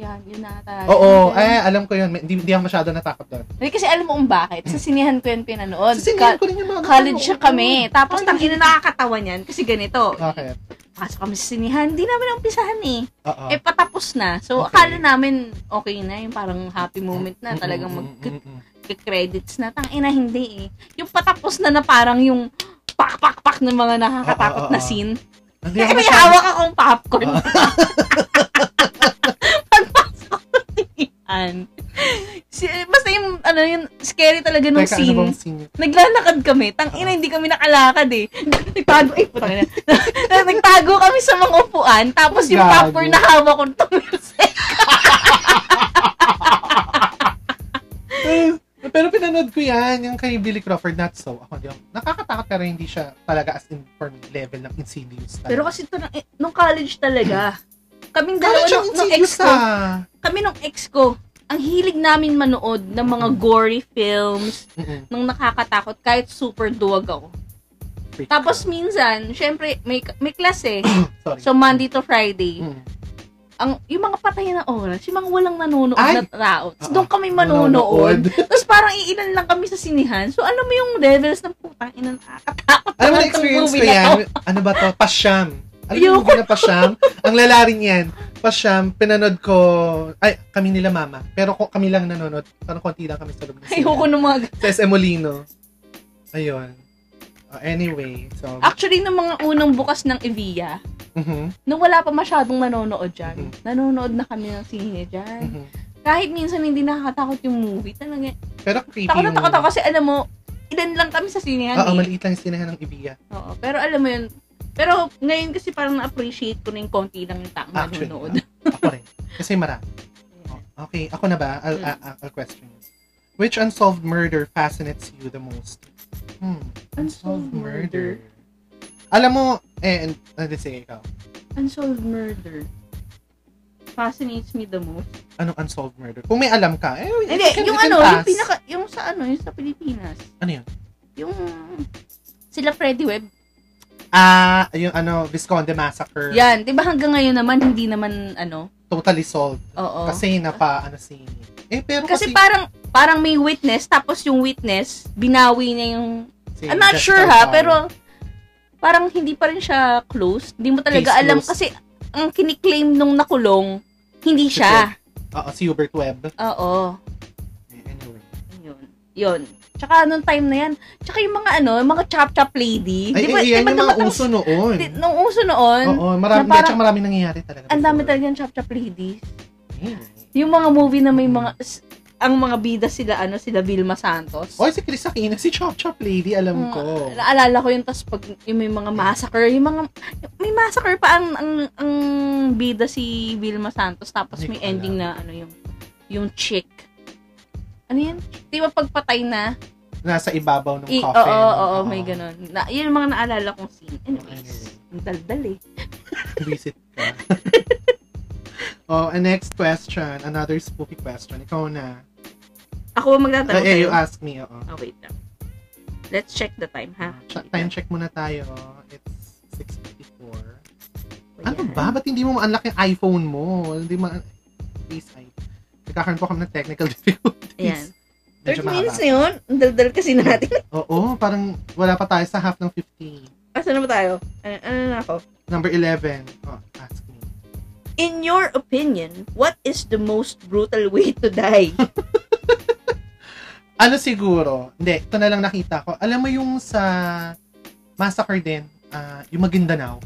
Yan, yun na talaga.
Oo, eh, alam ko yun. May- Hindi, hindi ako masyado natakot doon.
Hindi kasi alam mo kung bakit. Sa sinihan ko yun pinanood.
Sasinihan ko rin yung mga
college siya
Oo.
kami. Tapos
College.
tangina nakakatawa niyan kasi ganito.
Bakit?
Pasok kami sa sinihan, hindi namin umpisahan eh.
Oo.
Eh patapos na. So
Okay.
akala namin okay na yung parang happy moment na talagang
Mm, mm, mm,
mag-credits
mm, mm.
na. Tangina hindi eh. Yung patapos na na parang yung pak pak pak ng mga nakakatakot
Oo, oo,
na
oo.
scene.
Hindi
Kaya
ako Ah.
may
masyado-
hawak akong popcorn.
Oo.
(laughs) Pagpasok ko sa sinihan. Si, basta yung, ano, yung scary nangyari talaga nung
Teka,
scene.
ano bang scene?
Naglalakad kami. Tang ina, hindi kami nakalakad eh. (laughs) Nagtago, eh, putang ina. (laughs) Nagtago kami sa mga upuan. Tapos yung
Gago.
popcorn na hawak ko tumilsik.
Eh, Pero pinanood ko yan, yung kay Billy Crawford, not so. Ako, di ako- nakakatakot pero hindi siya talaga as in for me, level ng insidious.
Pero kasi ano, ito, na- eh, nung college talaga, kaming dalawa
College yung
nung, nung ex
insidious
ko,
ah.
kami nung ex ko, ang hilig namin manood ng mga gory films,
Mm-mm.
ng nakakatakot, kahit super duwag ako.
Freak.
Tapos minsan, syempre, may, may class eh.
Sorry.
So, Monday to Friday.
Mm.
Ang, yung mga patay na oras, yung mga walang nanonood
Ay!
na tao. Tapos
Oo.
doon kami manonood. (laughs) Tapos parang iilan lang kami sa sinihan. So, alam mo yung levels ng putang ina nakakatakot.
Alam
naman
mo na
tong
experience ko
movie na to.
yan? Ano ba to? Pasyam. Alam mo yung movie na pasyam? Ang lalarin yan. Pasyam, pinanood ko, ay, kami nila mama. Pero ko, kami lang nanonood. Parang konti lang kami sa loob. ng sinihan.
Ayoko ng mga...
Sa SM Molino. Ayun. Uh, anyway, so,
Actually, nung mga unang bukas ng Evia,
mhm,
nung wala pa masyadong nanonood dyan,
Mhm.
nanonood na kami ng sine dyan.
mhm.
Kahit minsan hindi nakakatakot yung movie, talaga.
Pero creepy
Takot na
yung-
takot ako kasi alam mo, ilan lang kami sa sinihan
Oo,
eh.
maliit lang yung sinahan ng Ibiya.
Oo, pero alam mo yun, pero ngayon kasi parang na-appreciate ko na yung konti lang yung taong
Actually,
nanonood.
ah, ako rin. Kasi marami. Oh, Okay, ako na ba? I'll,
Mm.
I'll, I'll question you. Which unsolved murder fascinates you the most? Hmm.
(laughs) Unsolved murder.
Alam mo, eh, and, uh, sige ikaw.
Unsolved murder. Fascinates me the most.
Anong unsolved murder? Kung may alam ka, eh, it
Hindi,
can-
yung
it can
ano, yung
pass.
pinaka, yung sa ano, yung sa Pilipinas.
Ano yun?
Yung, sila Freddy Webb.
Ah, yung ano, Visconde Massacre.
Yan, di ba hanggang ngayon naman, hindi naman, ano,
Totally solved.
oo. Kasi,
Kasi napa, ano si... Eh, pero kasi...
parang, parang may witness, tapos yung witness, binawi niya yung,
si
I'm not
Jeff
sure ha,
Tartar.
pero, parang hindi pa rin siya close. Hindi mo talaga
Case
alam,
closed.
kasi, ang kiniklaim nung nakulong, hindi
Si
siya.
Oo, si Hubert Webb.
Oo.
Eh, Anyway.
Yun. Yun. Tsaka nung time na yan, tsaka yung mga ano, yung mga chop-chop lady.
Ay,
di ba,
eh,
di
yan
ba
yung mga
dumatang-
uso noon.
di- Nung uso noon,
Oo, marami,
na parang-
tsaka marami nangyayari talaga.
ang dami
before.
talaga yung chop-chop ladies.
Hmm.
Yung mga movie na may mga, s- ang mga bida sila, ano, sila Vilma Santos.
Oy, si Chris Aquino, si Chop Chop Lady, alam
Mm,
ko.
Naalala ko yun, tas pag yung may mga massacre, yung mga, may massacre pa ang, ang, ang bida si Vilma Santos, tapos
Hindi
may
ko alam.
ending na, ano, yung, yung chick. Ano yan? Di ba pagpatay na,
Nasa ibabaw ng
I, oo,
coffin.
oo, oo, may ganun. Na, yun yung mga naalala kong scene. Anyways, ang daldal eh.
Visit ka. (laughs) oh, and next question. Another spooky question. Ikaw na.
Ako ang magtatanong
eh,
sa'yo.
you ask me, oo.
Oh, wait lang. Let's check the time, ha?
Ch- Time check muna tayo. It's
Ayan.
6.54. Ano ba? Ba't hindi mo ma-unlock yung iPhone mo? Hindi ma... Please, I... Nagkakaroon po kami ng technical (laughs) difficulties.
Ayan.
Medyo
30 minutes
mahaba.
na yun? Ang daldal kasi natin. (laughs)
Oo, parang wala pa tayo sa half ng 50.
Asan na ba tayo? Ano, ano na ako?
Number 11. Oh, ask me.
In your opinion, what is the most brutal way to die?
Ano siguro? Hindi, ito na lang nakita ko. Alam mo yung sa Massacre din, ah, yung Maguindanao.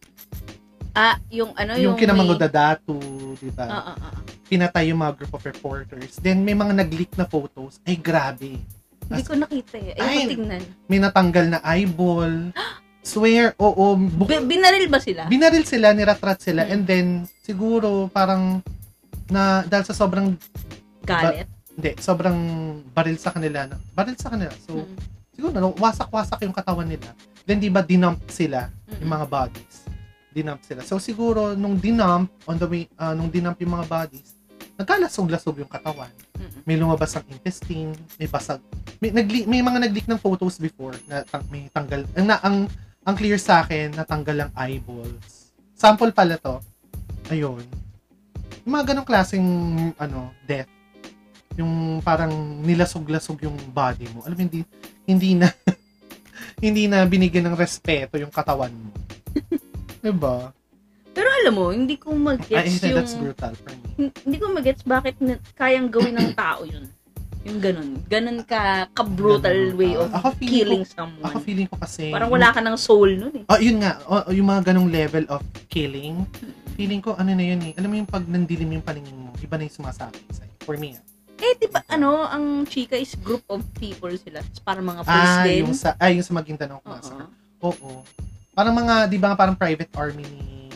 (laughs) ah, yung ano, yung...
yung kinamango
may- Ah,
Dadatu, di
Oo,
ba?
oo, oo.
Pinatay yung mga group of reporters. Then may mga nag-leak na photos. Ay, grabe.
Hindi ko nakita eh. Ayoko
Ay,
tingnan.
May natanggal na eyeball.
(gasps)
Swear, oo. bu-
Bi- binaril ba sila?
binaril sila, niratrat sila.
Hmm.
And then, siguro, parang na dahil sa sobrang
Galit?
hindi, sobrang baril sa kanila na, baril sa kanila so
Mm,
siguro ano, wasak-wasak yung katawan nila. Then, di ba, dinump sila,
mm,
yung mga bodies. Dinump sila. So, siguro, nung dinump, on the way, ah, nung dinump yung mga bodies, nagkalasog-lasog yung katawan.
mm, mm.
May lumabas ang intestine, may basag. May, nagli- may mga nag-leak ng photos before na tang- may tanggal. Ang, na, ang, ang clear sa akin, natanggal ang eyeballs. Sample pala to. Ayun. Yung mga ganong klaseng, ano, death. Yung parang nilasog-lasog yung body mo. Alam mo, hindi, hindi na, (laughs) hindi na binigyan ng respeto yung katawan
(laughs)
mo. diba?
Pero alam mo, hindi ko
Ay, (laughs)
mag-gets yung...
that's brutal for me.
hindi ko magets bakit na, kayang gawin ng tao yun. Yung ganun. Ganun ka, ka-brutal
Ganun,
way of
ako feeling
killing
Ako
someone.
feeling ko kasi...
Parang wala ka ng soul nun eh.
Oh, yun nga. Oh, yung mga ganong level of killing. Feeling ko, ano na yun eh. Alam mo yung pag nandilim yung paningin mo, iba na yung sumasakit sa'yo. For me, ah.
Eh, di ba, ano, ang chika is group of people sila. It's Parang mga police
Ah,
din.
yung sa, ay, yung sa Maguindanao
Oo.
Massacre. Oo. Parang mga, di ba, parang private army ni,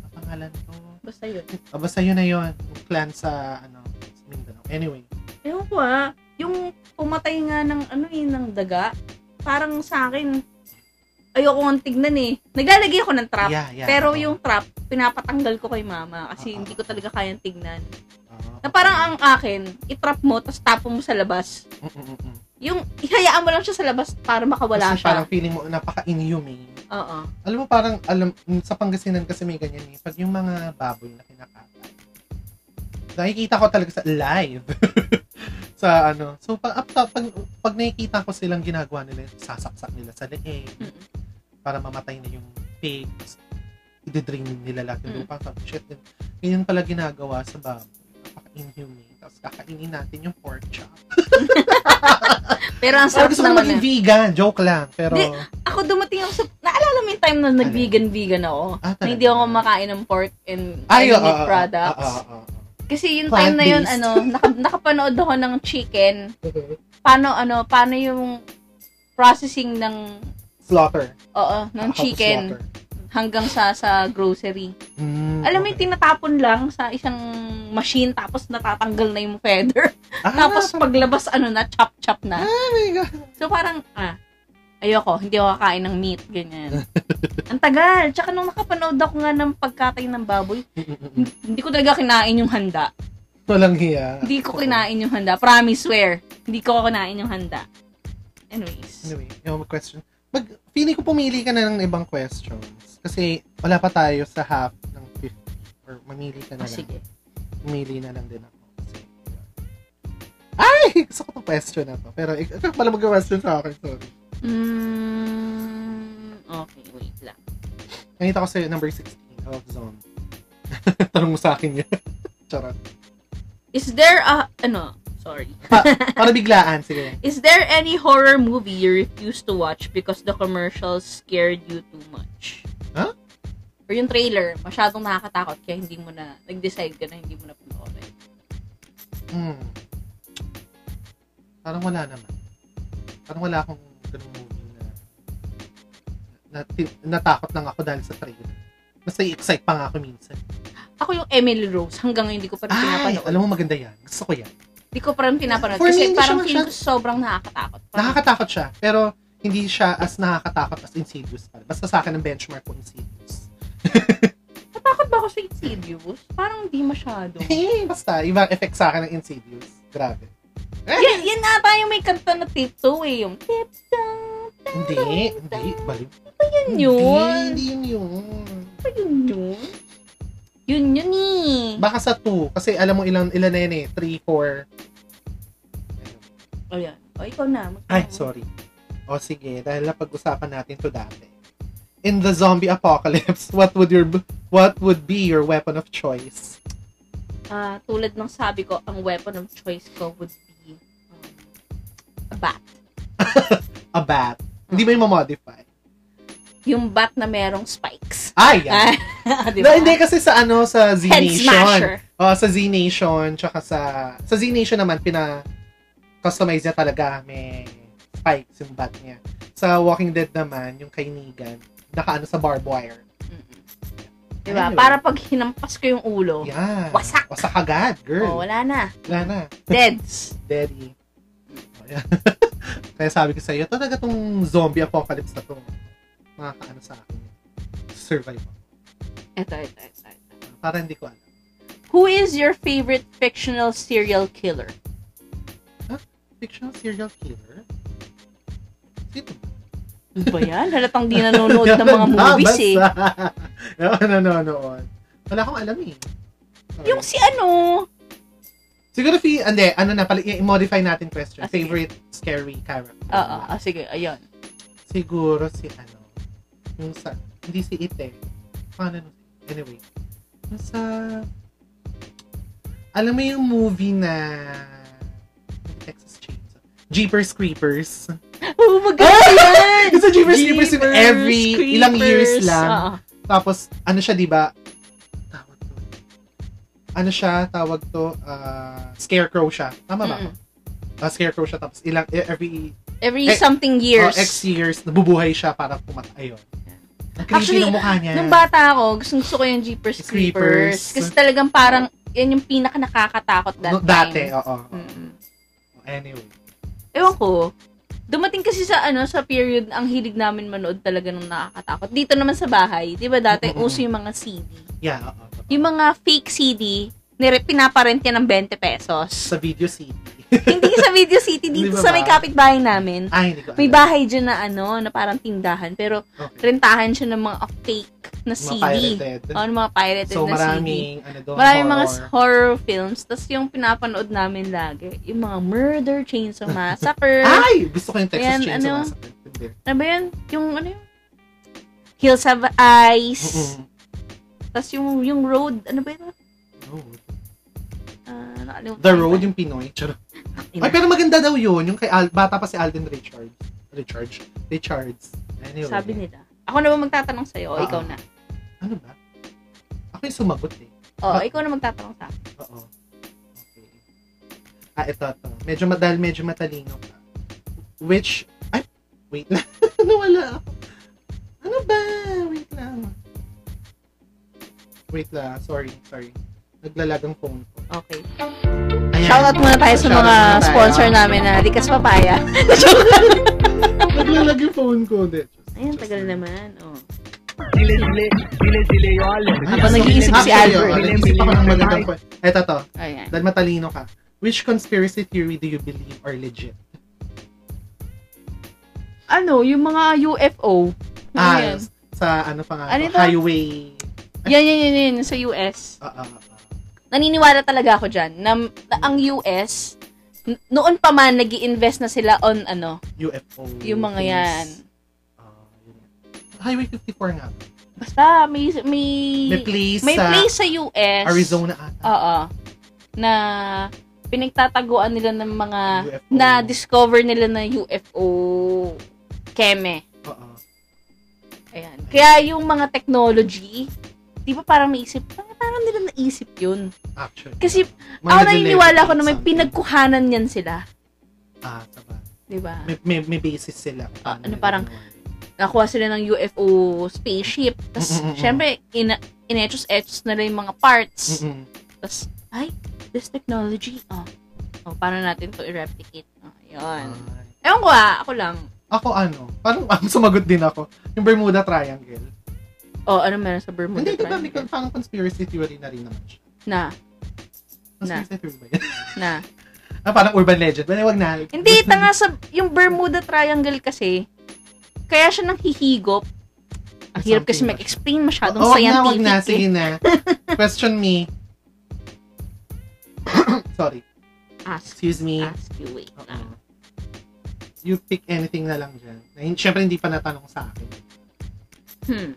ang pangalan to?
Basta yun.
Ah, basta yun na yun. Yung clan sa, ano, sa Mindanao. Anyway.
Ewan ko ah. Yung pumatay nga ng ano eh, ng daga. Parang sa akin, ayoko nga tignan eh. Naglalagay ako ng trap.
Yeah, yeah.
Pero
Oo.
yung trap, pinapatanggal ko kay mama kasi
Oo.
hindi ko talaga kayang tignan.
Oo.
Na parang ang akin, itrap mo, tapos tapon mo sa labas.
Mm, mm, mm, mm.
Yung, ihayaan mo lang siya sa labas para makawala
Kasi
siya.
parang feeling mo, napaka-inhumane.
Oo.
Alam mo, parang, alam, sa Pangasinan kasi may ganyan eh. Pag yung mga baboy na kinakatay, nakikita ko talaga sa live. (laughs) sa ano. So, pag, up top, pag, pag nakikita ko silang ginagawa nila, sasaksak nila sa leeg,
Mm.
para mamatay na yung pigs. Ididrain nila lahat yung lupa. Sabi, shit, yun- ganyan pala ginagawa sa baboy. Napaka-inhumane. Tapos kakainin natin yung pork chop.
Pero ang
Parang
sarap
gusto ko na maging
naman. eh.
vegan. Joke lang. Pero,
Di- Ako dumating ako sa, naalala mo yung time
Ano?
na nag-vegan-vegan ako.
ah,
Na
talaga.
hindi ako makain ng pork and
Ay, oo,
animal
oo, oo,
products.
oo, oo, oo.
Kasi yung time na yun,
Plant-based.
ano, naka, (laughs) nakapanood ako ng chicken. Paano, ano, paano yung processing ng,
Slaughter.
oo, ng
Tapos
chicken
slaughter.
hanggang sa sa grocery.
Mm,
Alam mo yung
okay.
tinatapon lang sa isang machine tapos natatanggal na yung feather.
Ah,
tapos paglabas, ano na, chop-chop na.
oh my God.
So parang, ah, ayoko, hindi ako kakain ng meat, ganyan. Ang tagal. Tsaka nung nakapanood ako nga ng pagkatay ng baboy, hindi, hindi ko talaga kinain yung handa.
Walang hiya.
Hindi ko kinain yung handa. Promise, swear. Hindi ko kinain yung handa. Anyways.
Anyway, yung mga question. Mag, feeling ko pumili ka na ng ibang questions. Kasi wala pa tayo sa half ng 50. Or mamili ka
Ah,
na lang.
sige.
Mamili na lang din ako. Kasi, yun. ay! Gusto ko tong question na to. Pero, ik- ikaw pala mag-question sa akin. Sorry.
Mm, okay, wait lang.
Nakita ko sa'yo, number 16. Health zone. (laughs) Tanong mo sa akin yun. (laughs) Charot.
Is there a, ano, sorry.
Para biglaan. Sige.
Is there any horror movie you refuse to watch because the commercials scared you too much?
Huh?
Or yung trailer, masyadong nakakatakot kaya hindi mo na, nag-decide ka na hindi mo na panoorin.
Hmm. Parang wala naman. Parang wala akong ganung movie na, na, ti- natakot lang ako dahil sa trailer. Mas nai-excite pa nga ako minsan.
Ako yung Emily Rose, hanggang ngayon hindi ko pa rin
Ay,
pinapanood.
alam mo maganda yan. Gusto ko yan.
Hindi ko pa rin pinapanood.
For me,
Kasi
hindi siya
parang feeling ko
masyad-
sobrang nakakatakot. Parang-
Nakakatakot siya, pero hindi siya as nakakatakot as Insidious pa. Basta sa akin ang benchmark ko Insidious.
Natakot ba ako sa Insidious? Parang hindi
(laughs)
masyado.
Eh, basta, ibang effect sa akin ng Insidious. Grabe.
yan, yan nga tayo may kanta na tiptoe eh. Yung tiptoe.
Hindi, hindi, baliw.
Yun yun.
Hindi, hindi yun yun.
Ano yun yun? Yun yun eh.
Baka sa 2, kasi alam mo ilan, ilan na yun eh, 3, 4.
o Oh, yan. O ikaw na. magtanong.
Ay, sorry. O sige, dahil napag-usapan natin to dati. In the zombie apocalypse, what would your what would be your weapon of choice?
Ah, tulad ng sabi ko, ang weapon of choice ko would be um, a bat.
A bat. Hindi mo yung modify
Yung bat na merong spikes.
Ay, yeah.
Ah, (laughs) di ba?
Na, hindi kasi sa ano sa Z
Head
Nation.
smasher.
Oh, sa Z Nation tsaka sa sa Z Nation naman pina customize niya talaga may spikes yung bat niya. Sa Walking Dead naman yung kay Negan nakaano sa barbed wire.
Mm-mm. Di ba?
Ayun.
Para pag hinampas ko yung ulo,
Yeah.
Oh, Wasak.
Wasak agad,
oh,
girl.
wala na.
Wala na.
Deads.
Daddy. (laughs) Ayan. Kaya sabi ko sa'yo, talaga tong zombie apocalypse na to, makakaano sa akin. Survive ako.
Ito, ito, ito, ito.
Para hindi ko alam.
Who is your favorite fictional serial killer?
Fictional serial killer? Sino ba?
Ano ba yan? Halatang di nanonood ng
(laughs)
mga movies eh.
Basta. Noon, noon, noon. Wala akong alam eh. Sorry.
Yung si ano,
Siguro, fi, hindi, ano na pala, i-modify natin question.
Ah, sige.
Favorite scary character.
oo, ah, sige,
(laughs)
ayun.
Siguro si ano, yung sa, hindi si Ite. Paano nun? Anyway. Yung sa, alam mo yung movie na Texas Chainsaw. Jeepers Creepers.
Oh, maganda yan! Ah,
Yung sa Jeepers Creepers, yung every ilang years lang.
Oo.
Tapos, ano siya, di ba? Tawag doon. ano siya, tawag to, ah, scarecrow siya. Tama ba?
Mm-mm.
Ah, scarecrow siya tapos ilang, eh, every
Every
Eh,
something
years.
years.
X years, nabubuhay siya para pumatay yun. Ang creepy
Actually,
ng mukha niya.
Nung bata ako, gusto, gusto ko yung Jeepers
Creepers.
Creepers. Kasi talagang parang, yan yung pinaka nakakatakot that
No, dati,
time. Mm.
oh. oo.
Mm-mm.
Anyway.
Ewan ko. Dumating kasi sa ano sa period ang hilig namin manood talaga ng nakakatakot. Dito naman sa bahay, 'di ba dati
Mm-mm.
uso yung mga CD.
Yeah, oo. totoo.
Yung mga fake CD, nire pinaparent yan ng 20 pesos.
(laughs) Sa video CD.
(laughs) Hindi sa Video City
Di
dito
ba
sa may
ba? Ah.
kapitbahay namin.
Ay, hindi ko
May
alam.
bahay dyan na ano, na parang tindahan. Pero
Okay.
rentahan siya ng mga fake na
Mga
CD.
pirated.
O, ng mga pirated na
So,
CD.
maraming, ano doon,
Maraming mga
horror.
horror films. Tapos yung pinapanood namin lagi, yung mga Murder, Chainsaw Massacre.
Ay! Gusto ko yung Texas
Ayan,
Chainsaw
ano?
Massacre. Hindi.
Ano ba yun? Yung ano yun? Hills Have Eyes.
Mm-mm.
Tapos yung, yung road, ano ba yun?
Road.
Ah, nakalimutan
The
ko.
Road, yung Pinoy. Charot.
Ina.
Ay, pero maganda daw yun. Yung kay Al- bata pa si Alden Richards. Richards. Richards. Anyway.
Sabi nila. Ako na ba magtatanong sa'yo? O,
Oo.
ikaw na.
Ano ba? Ako yung sumagot eh.
O,
Ba-
ikaw na magtatanong sa akin.
Oo. Okay. Ah, ito, ito. Medyo, ma- dahil medyo matalino ka. Which, ay, wait lang. (laughs) Nawala ako. Ano ba? Wait lang. Wait lang. ah, Sorry, sorry. Naglalag ang phone ko.
Okay.
Ayan.
Shoutout muna tayo sa mga
Shoutout muna tayo.
sponsor namin na Likas
(laughs)
Papaya.
Naglalag yung phone ko. Hindi. Just-
Ayun,
just-
tagal naman. Oh.
Ay,
Habang
so,
Ah, nag-iisip
happy
si
kayo.
Albert.
Ah, Nag-iisip ako ng magandang point. Eto to.
Ayan.
Dahil matalino ka. Which conspiracy theory do you believe are legit?
Ano, yung mga UFO. Ano
Ah,
yan?
sa ano pa nga,
Ano
to,
ito?
highway.
Yan, yan, yan, yan, sa US.
Ah, ah, ah.
Naniniwala talaga ako dyan na, na ang US, n- noon pa man nag invest na sila on ano,
UFO.
yung mga
things.
yan.
Ah, yun. Highway 54 nga.
Basta, may, may,
May place
may
sa
place Ah. sa US.
Arizona ata.
Oo. Na pinagtataguan nila ng mga,
UFO.
na-discover nila na UFO keme.
Oo.
Ayan. Kaya yung mga technology, di ba parang naisip, parang, parang nila naisip yun.
Actually.
Kasi,
Mga
ako naniniwala ko na may
something.
pinagkuhanan yan sila.
Ah, tama.
Di ba?
May, may, may basis sila. kung
Ah,
paano
ano,
nila
parang-
ginawa yun.
nakuha sila ng UFO spaceship. Tapos,
Mm-mm-mm.
syempre, ina inetros-etros nila yung mga parts.
Mm-mm.
Tapos, ay, this technology, oh. oh paano natin to i-replicate? Oh, yun.
Ay.
Ewan ko ah, ako lang.
Ako ano, parang (laughs) ang sumagot din ako. Yung Bermuda Triangle.
Oh, ano meron sa Bermuda?
Hindi, diba? May,
Triangle?
parang conspiracy theory na rin naman siya.
Na,
Conspiracy theory ba yan?
na.
(laughs) ah, parang urban legend. Wala, wag na.
Hindi, tanga sa, yung Bermuda Triangle kasi, kaya siya nang hihigop. Ang hirap kasi
Something
mag-explain masyadong
Oo, wag na,
scientific.
wag
eh.
na. Sige
(laughs)
na. Question me. (coughs) Sorry.
Ask,
Excuse me.
ask you, wait.
Oo. You pick anything na lang dyan. Na hin- Siyempre, hindi pa natanong sa akin.
Hmm.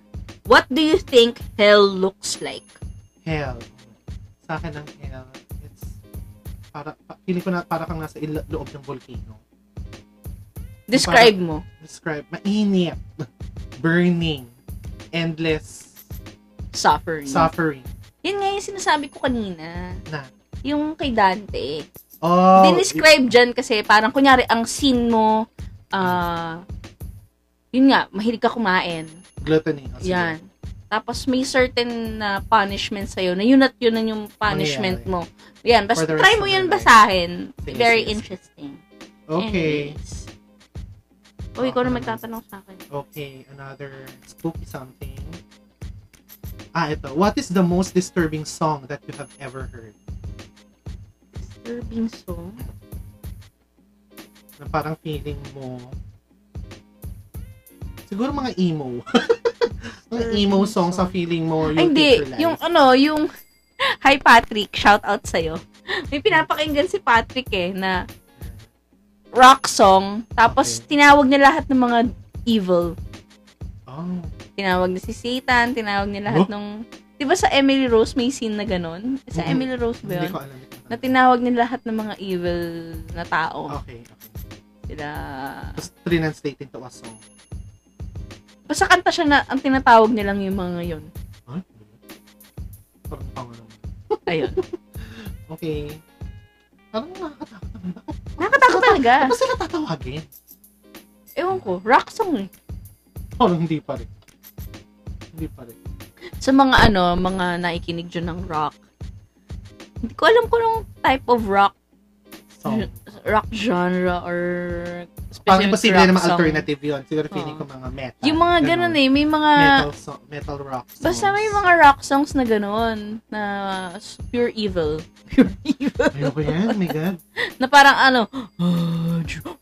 What do you think hell looks like?
Hell. Sa akin ang hell. It's para, pa- feeling ko na para kang nasa ilo- loob ng volcano.
Describe mo.
Describe. Mainit. Burning. Endless.
Suffering.
Suffering.
Yun nga yung sinasabi ko kanina.
Na.
Yung kay Dante.
Oh.
Dinescribe dyan kasi parang kunyari ang scene mo, ah, yun nga, mahilig ka kumain.
Gluttony. Oh, sige.
Yan. Tapos may certain na punishment sa'yo na yun at yun na yung punishment mo. Yan, basta
Oh, For the
try
rest
mo
of
yan
your life.
basahin.
Sige,
Very
sige, sige.
interesting.
Okay.
Anyways. Oh, ikaw na magtatanong sa akin.
Okay, another spooky something. Ah, ito. What is the most disturbing song that you have ever heard?
Disturbing song.
Na parang feeling mo... Siguro mga emo. (laughs) mga emo
Disturbing
song sa
song.
feeling mo.
Ay,
Yung
hindi.
future life.
Yung ano, yung... (laughs) Hi, Patrick. Shout out sa'yo. May pinapakinggan si Patrick eh, na rock song. Tapos,
Okay.
tinawag niya lahat ng mga evil.
Oh.
Tinawag niya si Satan. Tinawag niya lahat ng... Di ba sa Emily Rose may scene na ganun? Sa
Mhm.
Emily Rose ba
Hindi
yun?
ko alam. ano.
Na tinawag niya lahat ng mga evil na tao.
Okay, okay.
Sila...
Tapos translate into a song.
Basta kanta siya na ang tinatawag niya lang yung mga yun.
Huh? Parang pangalan.
Ayun.
Okay. Parang nakakatakot naman. Bakit?
Nakatakot talaga.
Bakit sila tatawagin?
Ewan ko, rock song eh.
Parang hindi pa rin. Hindi pa rin.
Sa mga ano, mga naikinig dyan ng rock. Hindi ko alam kung anong type of rock,
Song.
rock genre or
Parang
specific
imposible
rock
naman
song.
alternative yun. Siguro feeling
Oo.
ko mga metal.
Yung mga ganun eh, may mga,
Metal, song, metal rock songs.
basta may mga rock songs na ganun, na s- pure evil. (laughs) Pure evil.
Ayoko yan, oh my God. (laughs)
na parang ano, yun.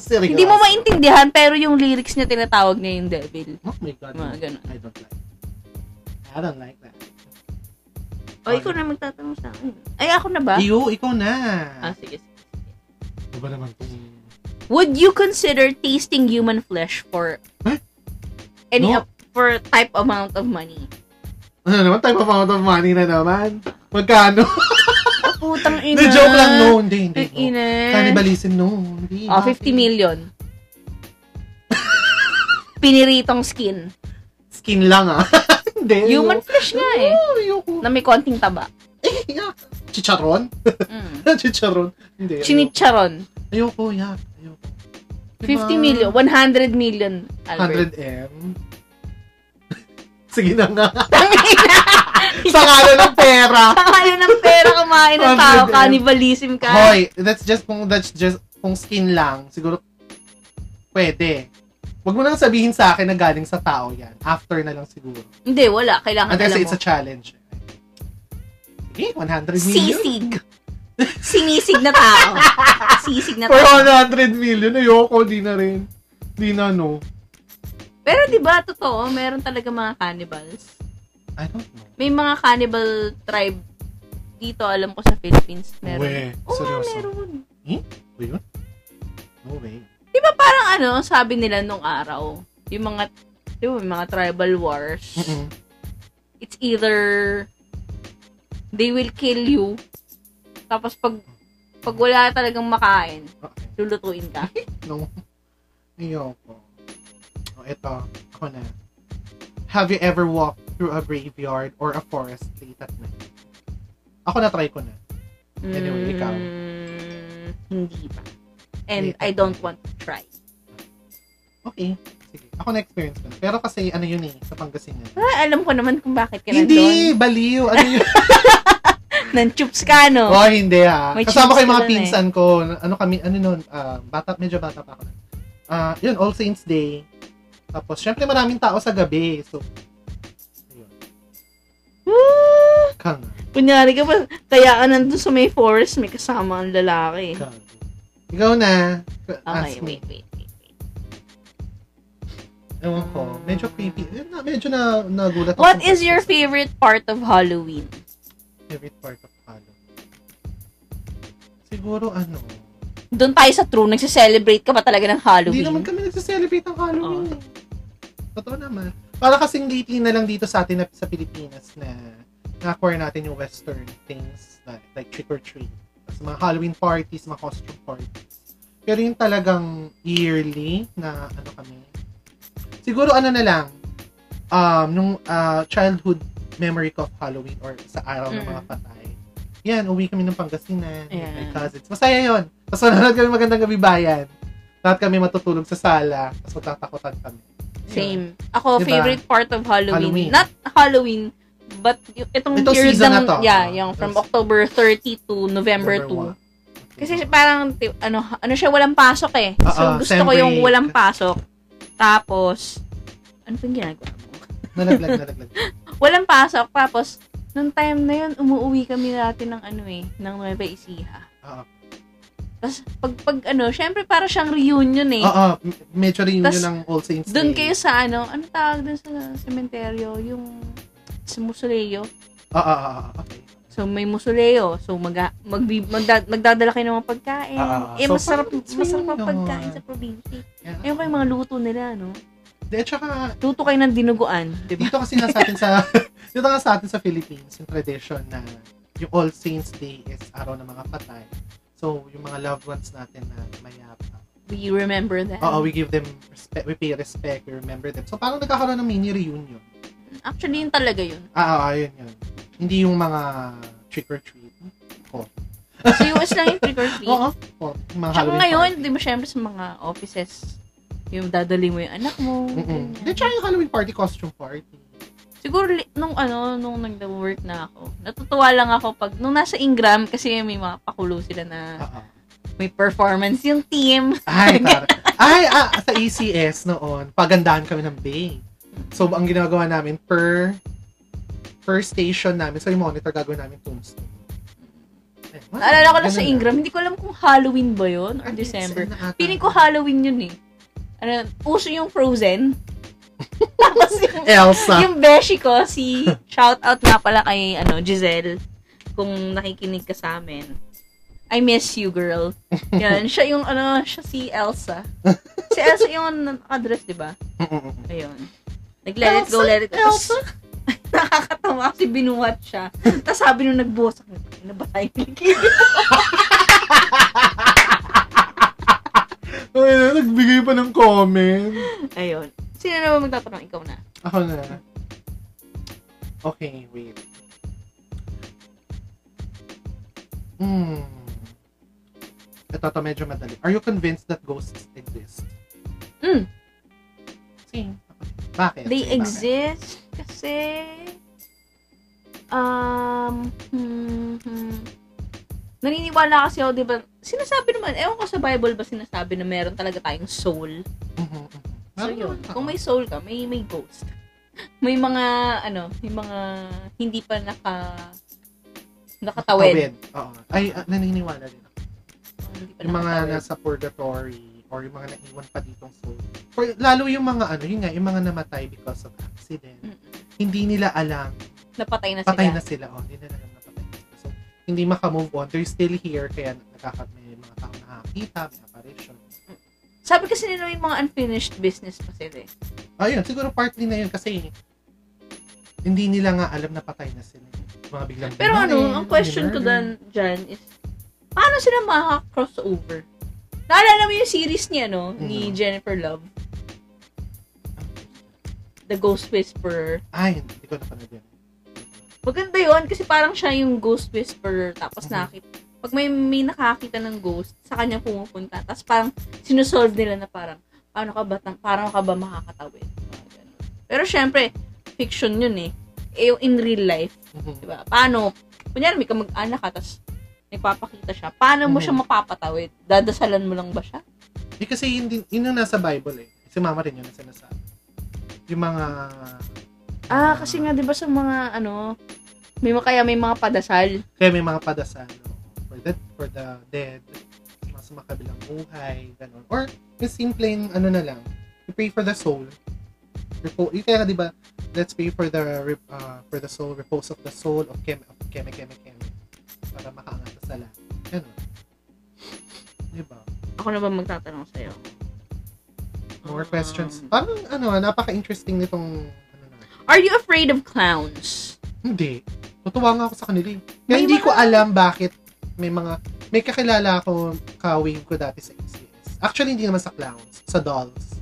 Seryoso.
Hindi mo maintindihan, pero yung lyrics niya tinatawag niya yung devil.
Oh my God.
Mga ganun.
I don't like I don't like that.
O, ikaw na magtatanong sa akin. Ay, ako na ba?
Iyo, ikaw na.
Ah, sige. sige.
Ano ba naman itong...
Would you consider tasting human flesh for
Huh?
any ap-
No.
for type amount of money?
Ano naman? Type of amount of money na naman. Magkano?
Ah, putang ina.
Hindi, joke lang. No, hindi, hindi.
Ang
no.
ina.
Cannibalism, no. Hindi.
Oh, 50 million. (laughs) Piniritong skin.
Skin lang, ah. (laughs) hindi.
Human flesh nga eh.
Oh, ayoko.
Na may konting taba.
Yeah. Chicharon? (laughs)
Mm.
Chicharon. Hindi.
Chinicharon.
ayoko. Ayoko, yeah. Ayoko. Diba?
50 million. 100 million, Albert.
100M. (laughs) Sige na
(laughs)
nga.
Tangina!
Sa ngala ng pera.
Kaya ng pera kumain ng tao.
100M.
Cannibalism ka.
Hoy, that's just kung that's just kung skin lang, siguro pwede. Huwag mo nang sabihin sa akin na galing sa tao yan. After na lang siguro.
Hindi, wala. Kailangan
And
Ah, alam
kasi
mo.
it's a challenge. Sige, 100 million.
Sisig. Sinisig na
(laughs)
tao. Sisig na
For
tao.
100 million, ayoko, di na rin. Di na, no.
Pero di ba totoo, meron talaga mga cannibals.
I don't know.
May mga cannibal tribe dito, alam ko sa Philippines, meron.
Weh,
Oo, nga,
seryoso.
meron.
Ba yun? No way.
Di ba parang ano, sabi nila nung araw, yung mga, di ba, yung mga tribal wars,
Mm-mm.
it's either they will kill you, tapos pag pag wala talagang makain,
Okay.
lulutuin ka.
No. Ayoko. Oh, ito. Ako na. Have you ever walked through a graveyard or a forest late at night? Ako na try ko na. (laughs) Anyway, ikaw.
Mm, hindi pa. And
Hindi pa.
I don't want to try.
Okay. Sige. Ako na experience ko na. Pero kasi ano yun eh, sa Pangasinan.
Ah, alam ko naman kung bakit ka nandun.
Hindi, baliw. Ano
(laughs)
yun?
Nang chups ka, no?
oh, hindi ha.
May
Kasama ko
chance ka
yung mga
dun eh.
pinsan ko. Ano kami, ano nun, ah, bata, medyo bata pa ako. Ah, yun, All Saints Day. Tapos, syempre maraming tao sa gabi. So, ayun.
Ah,
Kang,
Kunyari ka pa, kaya ka nandun sa may forest, may kasama ang lalaki.
kang. Ikaw na.
Okay,
Ask me.
wait, wait, wait. wait.
Ewan ko. Medyo creepy. Eh, na- Medyo na, nagulat ako.
What is your favorite part of Halloween?
favorite part of Halloween? Siguro ano.
Doon tayo sa true, nagse-celebrate ka ba talaga ng Halloween? Oh.
Hindi naman kami nagse-celebrate ng Halloween. eh. Totoo naman. Para kasing late na lang dito sa atin na, sa Pilipinas na na-acquire natin yung western things na, like trick or treat. Tapos mga Halloween parties, mga costume parties. Pero yung talagang yearly na ano kami. Siguro ano na lang um nung ah, childhood memory ko of Halloween or sa araw ng
Mm.
mga patay. Yan, uwi kami ng Pangasinan, with my
Ayan.
cousins. Masaya yon. Tapos nanonood kami (laughs) magandang gabi bayan. Lahat kami matutulog sa sala, tapos magtatakutan kami. Yun.
Same. Ako,
Diba?
favorite part of Halloween.
Halloween.
Not Halloween, but y- itong
Itong
period
season
ng,
na to.
Yeah, yung from
Yes.
October 30 to November 2. Kasi parang, ti- ano, ano siya, walang pasok eh. So,
Oo,
gusto ko yung
Sembre.
walang pasok. Tapos, ano pang ginagawa mo?
nalaglag,
(laughs)
nalaglag.
Walang pasok. Tapos, nung time na yun, umuwi kami natin ng ano eh, ng Nueva Ecija.
Oo.
Tapos, pag, pag ano, syempre para siyang reunion eh.
Oo, m- medyo rin yun
Tas,
ng All Saints
Doon
Day.
kayo sa ano, ano tawag doon sa sementeryo? Yung sa musoleo.
Oo, oo, oo, okay.
So, may musoleo. So, mag, mag, magda, magdadala kayo ng mga pagkain.
Ah, ah, ah.
eh,
So,
masarap,
parang
masarap ang
yun.
pagkain sa probinsya.
Yeah.
Ayun ko yung mga luto nila, no?
De, tsaka,
Luto kayo ng dinuguan, di ba?
dito kasi nga sa atin sa, (laughs) dito nga sa atin sa Philippines, yung tradition na yung All Saints Day is araw ng mga patay. So, yung mga loved ones natin na mayapa.
We remember that.
Oo, we give them respect, we pay respect, we remember them. So, parang nagkakaroon ng mini reunion.
Actually, yun talaga yun.
Ah, ah, yun yun. Hindi yung mga trick or treat.
Sa US lang yung trick or treat.
(laughs) Oo. Oh, yung mga
Tsaka
Halloween
ngayon,
party.
di ba syempre sa mga offices, yung dadali mo yung anak mo.
Mm-mm.
ganyan.
Di, tsaka yung Halloween party, costume party.
Siguro, li- nung ano, nung nag-work na ako, natutuwa lang ako pag, nung nasa Ingram, kasi may mga pakulo sila na
Ah, ah.
may performance yung team.
Ay, tara. Ay, ah, sa ECS noon, pagandahan kami ng bay. So, ang ginagawa namin per per station namin, so yung monitor gagawin namin tombstone. Ayun, wow,
Naalala ko lang sa
ganun
Ingram, hindi ko alam kung Halloween ba yun or
Ay,
December.
saan na ata?
Piling ko Halloween yun eh. Ano, uso yung
(laughs)
Frozen. Tapos yung,
Elsa.
(laughs) yung beshi ko, si, shout out nga pala kay, ano, Giselle. Kung nakikinig ka sa amin. I miss you,
(laughs)
girl. Yan, siya yung, ano, siya si Elsa. Si Elsa yung nakadress, di ba?
Mm-mm-mm.
Ayun. Nag-let it go,
Elsa,
let it go.
Elsa.
Tapos, (laughs) Nakakatawa kasi binuhat siya. Tapos sabi nung nagbusak, nabatay ni
Ay, nagbigay pa ng comment.
(laughs) Ayun. Sino na ba magtatanong? Ikaw na.
(laughs) Ako na. Okay, wait. Hmm. Ito, to medyo madali. Are you convinced that ghosts exist?
Mm.
Same. Bakit?
They
Same, bakit?
exist kasi um hmm, hmm. naniniwala kasi ako, di ba? Sinasabi naman, ewan ko sa Bible ba sinasabi na meron talaga tayong soul.
Mhm, mhm.
So
Meron
yun,
naman ako.
kung may soul ka, may may ghost. May mga ano, may mga hindi pa naka nakatawid.
Tawid. Oo. Ay, ah, naniniwala din ako.
Hindi pa
Yung mga
nakatawid.
nasa purgatory or yung mga naiwan pa ditong soul. Or, lalo yung mga ano, yun nga, yung mga namatay because of accident.
Mm.
Hindi nila alam
napatay na sila.
patay na sila. Oh, hindi na alam na patay na sila. So, hindi makamove on. They're still here, kaya nagkakat may mga tao nakakita, may apparition.
Sabi kasi nila may mga unfinished business pa sila eh.
Ayun, siguro partly na Ah, yun kasi hindi nila nga alam na patay na sila. Mga biglang
Pero ano,
binahin,
ang question ko
binurger.
dan, dyan is, paano sila makaka-crossover? Naalala mo yung series ni, ano, ni
Mhm.
Jennifer Love? The Ghost Whisperer.
Ay, hindi ko napanood Ah, yun.
Maganda yun kasi parang siya yung Ghost Whisperer tapos
Mhm.
nakakita. Pag may, may nakakita ng ghost, sa kanya pumupunta. Tapos parang sinusolve nila na parang, paano ka ba, tang- paano ka ba makakatawid? Mga ganun. Pero syempre, fiction yun eh. Eh, yung in real life,
Mhm.
Diba? Paano, kunyari may kamag-anak ka, tapos nagpapakita siya, paano mo
Mhm.
siya mapapatawid? Dadasalan mo lang ba siya?
Eh, kasi hindi, yun yung nasa Bible eh. Si mama rin yun na sinasabi. Yung mga...
Ah,
mga-
kasi nga, di ba sa mga, ano, may mga, kaya may mga padasal.
Kaya may mga padasal no? for the, for the dead, sa mga sumakabilang buhay, ganun. Or, yung simpleng, ano na lang, you pray for the soul. Repo, yung kaya, di ba, let's pray for the, rep- uh, for the soul, repose of the soul of Keme, of Keme, Keme, Keme. Para makaangat na sa lahat. Ganun. Di ba?
Ako na ba magtatanong sa'yo?
More
Um,
questions. Parang, ano, napaka-interesting nitong, ano na,
Are you afraid of clowns?
Hindi. Natuwa nga ako sa kanila. eh. Kaya
May
hindi
mga-
ko alam bakit may mga... May kakilala ako, ka-wave ko dati sa ACS. Actually, hindi naman sa clowns. Sa dolls.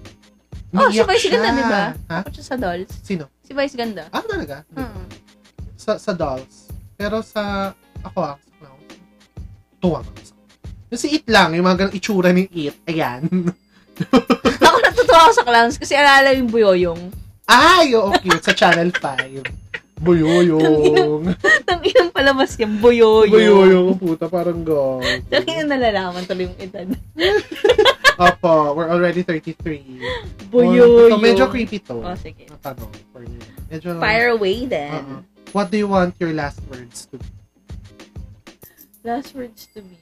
Oh,
Umiiyak
sabay sila na, di ba?
Ha?
Ako siya sa dolls.
Sino?
Si Vice ganda.
Ah, talaga?
Hmm.
Sa, sa dolls. Pero sa... Ako ah, sa clowns. Tuwa nga ako sa Yung si It lang, yung mga ganang itsura ni It. Ayan. (laughs)
Ako natutuwa ako sa clowns kasi alala yung buyoyong. (laughs)
Ay, oo, cute. Sa Channel 5.
(laughs)
Buyoyong.
Nang ilang palabas yan, buyoyong.
Buyoyong. Puta, parang go.
Saan yun nalalaman tuloy yung edad?
Opo, we're already 33.
Buyoyong.
Oh, ito, medyo creepy to.
Oh, sige.
Ang tanong for me. Medyo,
Fire away then.
Oo. What do you want your last words to be?
Last words to me.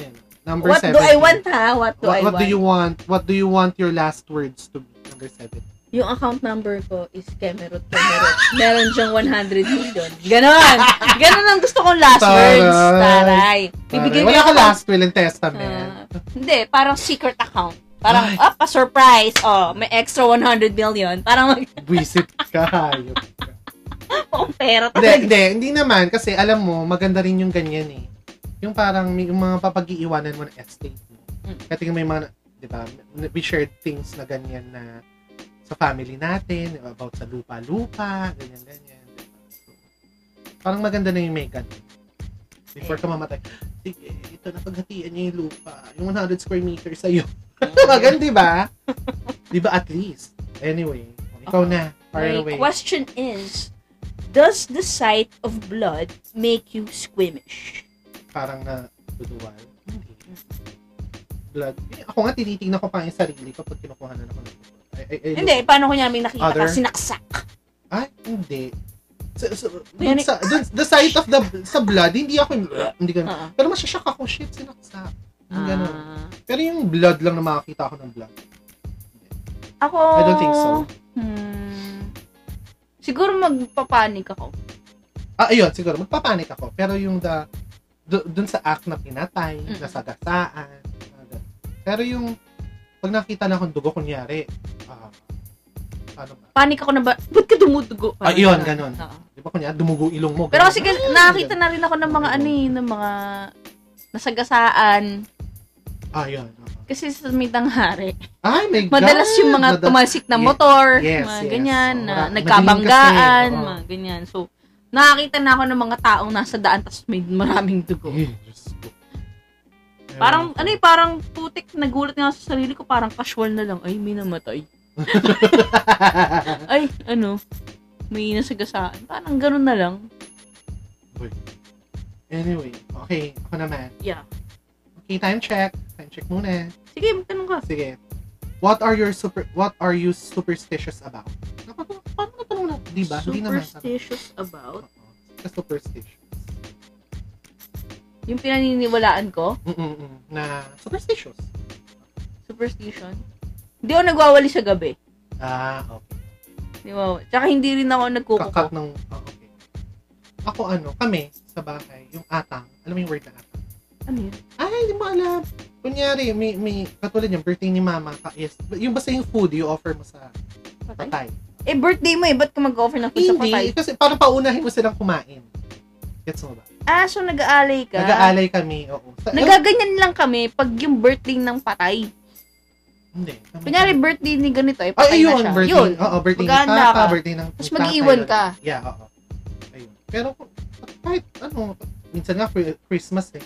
Ayan. Number
What
17.
do I want ha? What do
What,
I
what
want?
do you want? What do you want your last words to be? Number 17.
Yung account number ko is Kemerut Kemerut. Meron siyang 100 million. Ganon! Ganon ang gusto kong last
Taray.
words. Taray. Bibigyan ko
Wala
yung
ka
account-
last will and
Ah,
testament. (laughs)
hindi, parang secret account. Parang,
Ay.
ah, pa-surprise. Oh, may extra 100 million. Parang mag
Buisit ka, hayop ka.
akong pera
Hindi,
talaga.
hindi, hindi naman. Kasi alam mo, maganda rin yung ganyan eh. Yung parang may- yung mga papag-iiwanan mo na estate mo.
Mm.
Kasi yung may mga, di ba, we shared things na ganyan na sa family natin, di ba? about sa lupa-lupa, ganyan-ganyan. di ba? So, parang maganda na yung mega. Before ka mamatay, sige, ito na paghatian niya yung lupa. Yung 100 square meters sa'yo. (laughs) Maganda, di ba? di ba at least? Anyway, ikaw na.
My
Fire away.
question is, does the sight of blood make you squeamish?
parang na tutuwal. Hindi. Blood. Eh, ako nga, tinitingnan ko pa yung sarili ko pag kinukuha na ako ng blood. I, I, I
Hindi, paano ko niya may nakita
Other?
ka, sinaksak.
Ay, hindi. So, so, dun
Yan eh.
sa, dun, the sight of the sa blood, hindi ako yung, hindi ganun.
Ah.
Pero masyashock ako, shit, sinaksak. Yung ganun.
Ah.
Pero yung blood lang na makakita ko ng blood.
Ako...
I don't think so.
Hmm, siguro magpapanik ako.
Ah, ayun, siguro, magpapanik ako. Pero yung the, du- dun sa act na pinatay,
Mm.
nasagasaan, mga ganun. pero yung, pag nakita na akong dugo, kunyari, ah, ano ba?
Panik ako na ba, ba't ka dumudugo?
Ah,
Parang
yun, ganun. Ah,
Oo.
Di ba kunya, dumugo ilong mo.
Pero
ganun.
kasi gan- nakakita na rin ako ng mga ano eh, ng mga nasagasaan.
Ah, yun.
Kasi sa may tanghari.
Ay, my God.
Madalas yung mga
Madalas-
tumalsik na
Yes.
motor,
Yes,
mga
yes.
ganyan,
Oo,
na
madaling
nagkabanggaan,
kasi, oo.
mga ganyan. So, nakakita na ako ng mga taong nasa daan tapos may maraming dugo.
Eh, Diyos ko. Ayun.
Parang, ano eh, parang putik, nagulat nga ako sa sarili ko, parang casual na lang, ay, may namatay. Ay, ano, may nasagasaan. Parang ganun na lang.
(laughs) anyway, okay. Ako naman.
Yeah.
Okay, time check. Time check muna.
Sige, magtanong ka.
Sige. What are your super what are you superstitious about? Napatanong, paano natanong na? Di ba? Diba? Hindi naman.
Superstitious about
Oo. Basta Superstitious.
yung pinaniniwalaan ko,
Mm-mm-mm. Na superstitious.
superstition. Hindi ako nagwawali sa gabi.
Ah, okay.
Di ba? Tsaka hindi rin ako nagkukuko.
Kakat ng... ah, okay. Ako ano, kami sa bahay, yung atang. Alam mo yung word na atang?
Ano yun?
Ay, hindi mo alam. Kunyari, may, may, katulad yung birthday ni mama, ka, yes, yung basta yung food you offer mo sa
Patay?
patay.
Eh, birthday mo eh. Ba't ka mag-offer ng food sa patay?
Hindi, kasi parang paunahin mo silang kumain. Gets mo ba?
Ah, so nag-aalay ka?
Nag-aalay kami, oo. Sa,
Nagaganyan lang kami pag yung birthday ng patay.
hindi. Kami-
Kunyari, birthday ni ganito eh.
Ay,
Patay
yun,
na siya.
birthday. Oh.
Yun.
Oo, birthday ni
Mag-aanda
papa,
ka.
birthday ng
Tapos
tatay,
mag-iwan ka.
Yeah, oo. Ayun. Pero kung- kahit ano, minsan nga Chri- Christmas eh.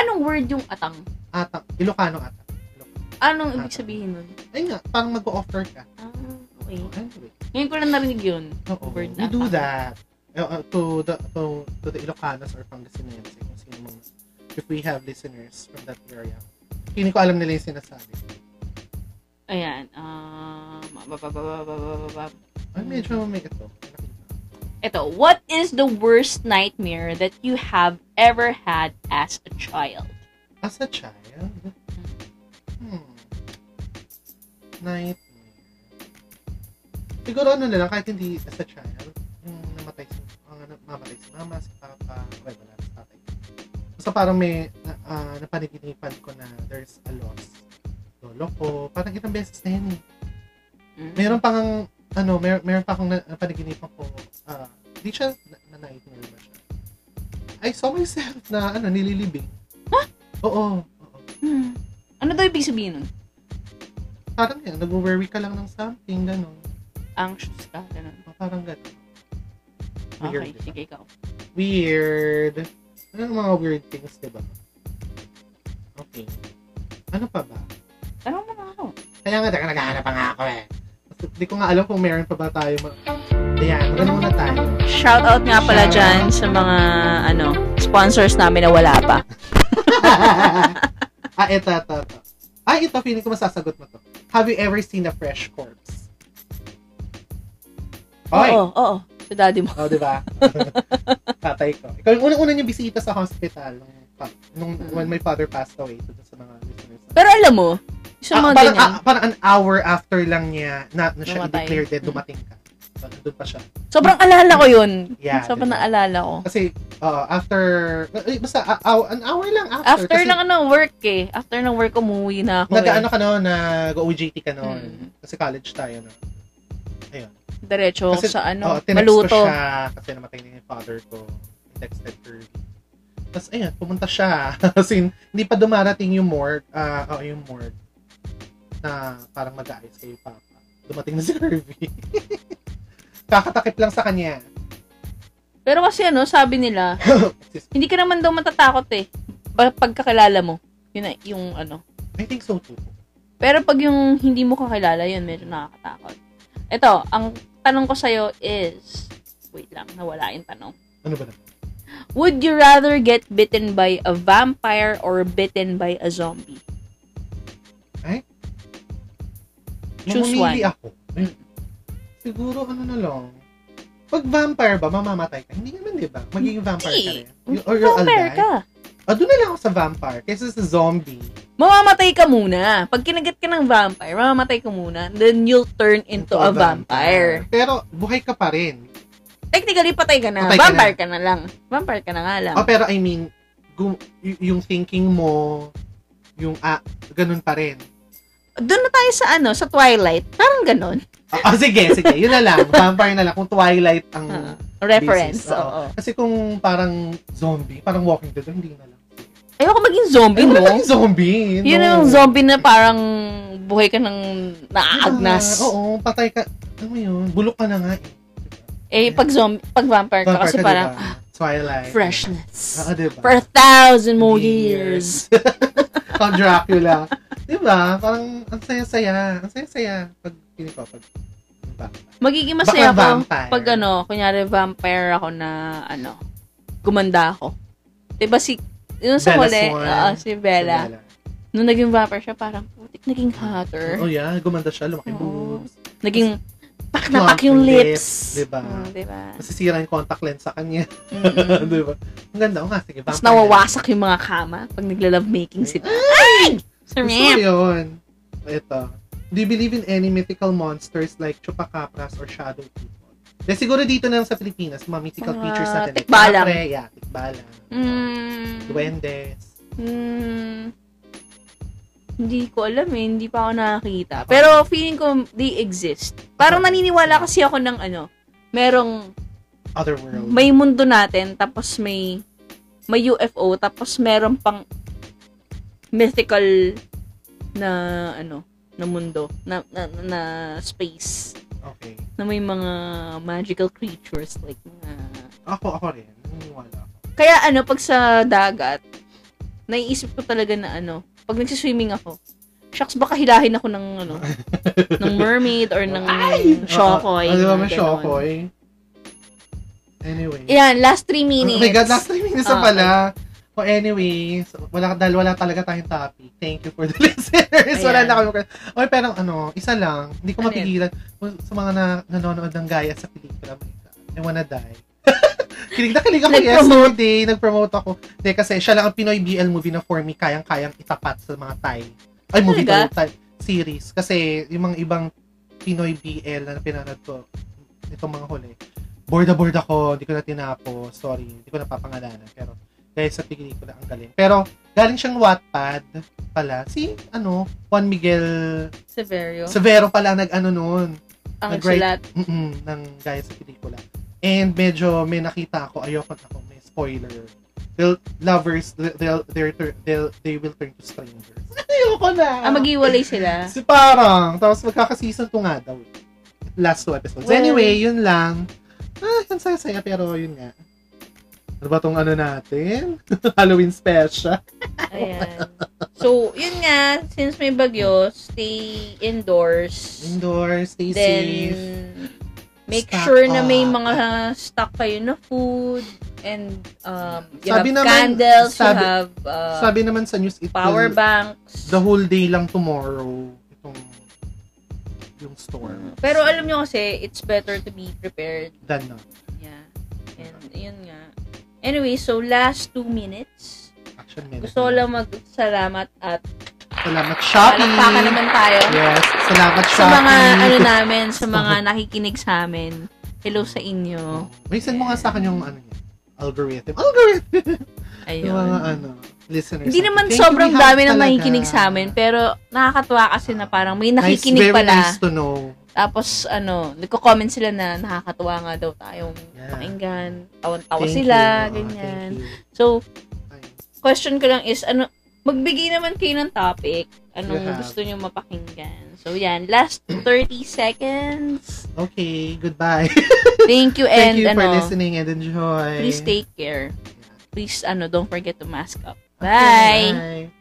Anong word yung atang?
Atang, Ilocano atang. Ilocano.
Anong
Ah.
ibig sabihin nun?
Ayun nga, parang mag-offer ka.
Ah, okay.
Anyway.
Ngayon ko lang narinig yun.
Oo,
Word
we
na
do
tama.
that uh, uh, to the to, to the Ilocanos or Pangasinense kung sino mang- if we have listeners from that area. Hindi ko alam nila yung sinasabi.
Ayan. Um, bababababababab.
Ay, medyo may ito.
Ito, what is the worst nightmare that you have ever had as a child?
As a child, hmm, nightmare. Siguro ano na lang, kahit hindi as a child, yung namatay si, ang na- namatay si mama, si papa, okay, wala, si tatay. Basta parang may na, ah, napanaginipan ko na there's a loss. Lolo ko, parang ilang beses na yun eh.
Mm.
meron pang ano, mer meron pa akong na- napanaginipan ko. ah, Hindi siya na- na-nightmare ba siya? I saw myself na ano, nililibing. Huh? Oo. oo.
Hmm. Ano daw ibig sabihin nun?
Parang yan, nag-worry ka lang ng something, gano'n.
Anxious ka? Ganun.
Parang gano'n.
Okay,
Weird, diba?
sige ikaw.
Weird. Ano yung mga weird things, di ba? Okay. Ano pa ba?
Tanong mo na ako.
Kaya nga, teka, naghahanap pa nga ako eh. Hindi ko nga alam kung meron pa ba tayo. Ma- Ayan, maganda muna tayo. (laughs)
Shout out nga pala dyan sa mga ano sponsors namin na wala pa.
ah, ito, ito, ito. Ah, ito, feeling ko masasagot mo to. Have you ever seen a fresh corpse? Oy!
Oo, oo. Sa daddy mo.
Oh, di
(laughs)
ba? Tatay ko. Ikaw yung unang-una niyang bisita sa hospital nung, pa- nung
Mm.
when my father passed away to sa mga listeners.
Pero alam mo, sa
Ah,
mga
parang,
ganyan,
ah, parang an hour after lang niya na, na siya
Namatay.
i-declare dead,
Mm.
dumating ka. So, nandun pa siya.
sobrang alala ko yun.
Yeah,
sobrang
diba?
naalala ko.
Kasi, uh, after, eh, basta, ah, ah, an hour lang after.
After
kasi
ng ano, work eh. After ng work, umuwi na ako
Nag-ano
eh.
ka noon, nag-OJT ka noon.
Mm.
Kasi college tayo na. Ayun.
Diretso ako
Kasi,
sa ano,
Oo, tinext ko
maluto.
siya kasi namatay na yung father ko. Texted early. Tapos ayun, pumunta siya. (laughs) Kasi hindi pa oh, dumarating yung morgue, ah oo, yung morgue na parang mag-aayos kay Papa. dumating na si Kirby. (laughs) Kakatakip lang sa kanya. (laughs)
Pero kasi ano, sabi nila,
Excuse
hindi ka naman daw matatakot eh. Pag- Pagkakilala mo. Yun na, yung ano.
me. I think so too.
Pero pag yung hindi mo kakilala, yun medyo nakakatakot. Ito, ang tanong ko sa'yo is, wait lang, nawala yung tanong.
Ano ba naman?
Would you rather get bitten by a vampire or bitten by a zombie? Choose one.
Mamumili ako.
Mm.
Siguro ano na lang. Pag vampire ba, mamamatay ka? Hindi naman, di ba? Magiging vampire ka rin. You- Or you'll all
Vampire
die.
ka.
O, doon na lang ako sa vampire. Kaysa sa zombie.
Mamamatay ka muna. Pag kinagat ka ng vampire, mamamatay ka muna. Then you'll turn into, a vampire.
Pero, buhay ka pa rin.
Technically, patay ka na.
Patay ka
vampire ka na. lang. Vampire ka na nga lang.
Oh, pero I mean, gu- y- yung thinking mo, yung, ah, ganun pa rin.
Doon na tayo sa ano, sa Twilight. Parang ganon.
Oh, oh, sige, sige. Yun na
(laughs)
lang. Vampire na lang. Kung Twilight ang...
Ah, reference.
basis, oo.
Oo.
Kasi kung parang zombie, parang Walking Dead, hindi na lang.
Ayoko maging zombie,
Ano
no?
ba (laughs) yung zombie?
Yun
No.
ang zombie na parang buhay ka ng naaagnas.
Ah, oo, patay ka. Ano mo yun? Bulok ka na nga eh.
Eh, pag zombie, pag vampire ka, kasi
Vampire ka,
parang
diba? Twilight. (laughs)
freshness.
Oo, diba?
For a thousand more years.
(laughs) Pang Oh, Dracula. diba? Parang ang saya-saya. Ang saya-saya. Pag pili ko, pag vampire.
Magiging
Baka
masaya ako
vampire.
pag ano, kunyari vampire ako na ano, gumanda ako. Diba si, yun sa
Bella
huli,
Swan.
oo, si Bella.
Bella.
Nung naging vampire siya, parang putik naging hotter.
Oh yeah, gumanda siya, lumaki
Oo.
boobs.
Naging pak na pak
Plump
yung
yung
lips.
lips, diba?
Oo, diba?
Masisira yung contact lens sa kanya. (laughs)
Mm-mm.
diba? Ang ganda. O nga, sige,
Tapos
vampire.
nawawasak yung mga kama pag nagla-love making sila. Sir
Gusto ko yun. Ito. Do you believe in any mythical monsters like chupacabras or shadow people? De, siguro dito na lang sa Pilipinas, mga mythical
Mga
creatures natin. like
tikbalang.
kapre, yeah, tikbalang.
Mm,
Duwendes.
mm, hindi ko alam eh. Hindi pa ako nakakita. Pero feeling ko they exist. Parang naniniwala kasi ako ng ano, merong
Otherworld.
may mundo natin tapos may may UFO tapos meron pang mythical na ano na mundo na na, na space
Okay.
na may mga magical creatures like mga
Ako, ako rin. Naniniwala ako.
Kaya ano, pag sa dagat, naiisip ko talaga na ano, pag nagsiswimming ako, shucks, baka hilahin ako ng
(laughs)
ano, ng mermaid or ng shokoy.
Ano ba
mga
may
ganon.
shokoy? Anyway.
Yan, last three minutes.
Oh my God, last three minutes na
Ah,
pala. Well, anyway, so, wala, dahil wala talaga tayong topic. Thank you for the (laughs) listeners.
Ayan.
Wala na kami. Okay, pero ano, isa lang. Hindi ko
Ano
mapigilan. Kung Sa mga na, nanonood ng gaya sa pelikula, my God, I wanna die. (laughs) kilig na kilig ako
Nag-promote.
yesterday. Nag-promote ako. Hindi, kasi siya lang ang Pinoy BL movie na for me kayang-kayang itapat sa mga Thai. Ay, movie daw,
Talaga?
Thai series. Kasi yung mga ibang Pinoy BL na pinanood ko, itong mga huli, bored na bored ako, hindi ko na tinapo, sorry, hindi ko napapangalanan. Pero, guys, sa tingin ko na ang galing. Pero, galing siyang Wattpad pala. Si, ano, Juan Miguel
Severio.
Severo pala ang nag-ano noon.
ang
nag-write-
sulat.
Mm-mm, ng gaya sa pelikula. And medyo may nakita ako, ayoko na ako, may spoiler. They'll, lovers, they'll, they'll, they'll, they will turn to strangers. (laughs) ayoko na!
Ah, maghiwalay sila.
Si parang, tapos magkaka-season 2 nga daw. eh. Last two episodes.
Well-
anyway, yun lang. Ah, ang saya-saya, pero yun nga. Ano ba tong ano natin? (laughs) Halloween special.
Ayan. So, yun nga, since may bagyo, stay indoors.
Indoors, stay
Then,
safe.
make
Stock
sure na may
up.
mga stock kayo na food and um, you
Sabi
have
naman-
candles,
sabi-
you have uh,
Sabi naman sa news, it
power
will-
banks.
the whole day lang tomorrow. Itong yung storm.
Pero alam nyo kasi, it's better to be prepared.
Than not.
Yeah. And yun nga. Anyway, so last two minutes.
Action minute.
Gusto ko lang magsalamat at
Salamat, Shopee.
palakpakan naman tayo
Yes, salamat,
sa
Shopee.
mga ano namin, sa
(laughs)
mga nakikinig sa amin. Hello sa inyo.
May send mo nga sa akin yung ano niya. Algorithm. Algorithm! Yung mga
Ayun.
ano, listeners.
Hindi naman
Thank you,
sobrang
we have
dami nang
talaga.
nakikinig sa amin, pero nakakatuwa kasi na parang may
nice,
nakikinig
very
pala.
nice to know.
Tapos, ano, nagko-comment sila na nakakatuwa nga daw tayong
Yeah.
pakinggan. Tawan-tawa
Thank
sila,
you. Ah,
ganyan.
Thank you.
So,
Ay,
question ko lang is, ano, magbigay naman kayo ng topic. Anong
Yeah.
gusto nyo mapakinggan. So, yan. Last 30 seconds.
Okay, goodbye. (laughs)
Thank you and
Thank you
ano,
for listening and enjoy.
please take care. Please, ano, don't forget to mask up.
Okay,
Bye!
bye.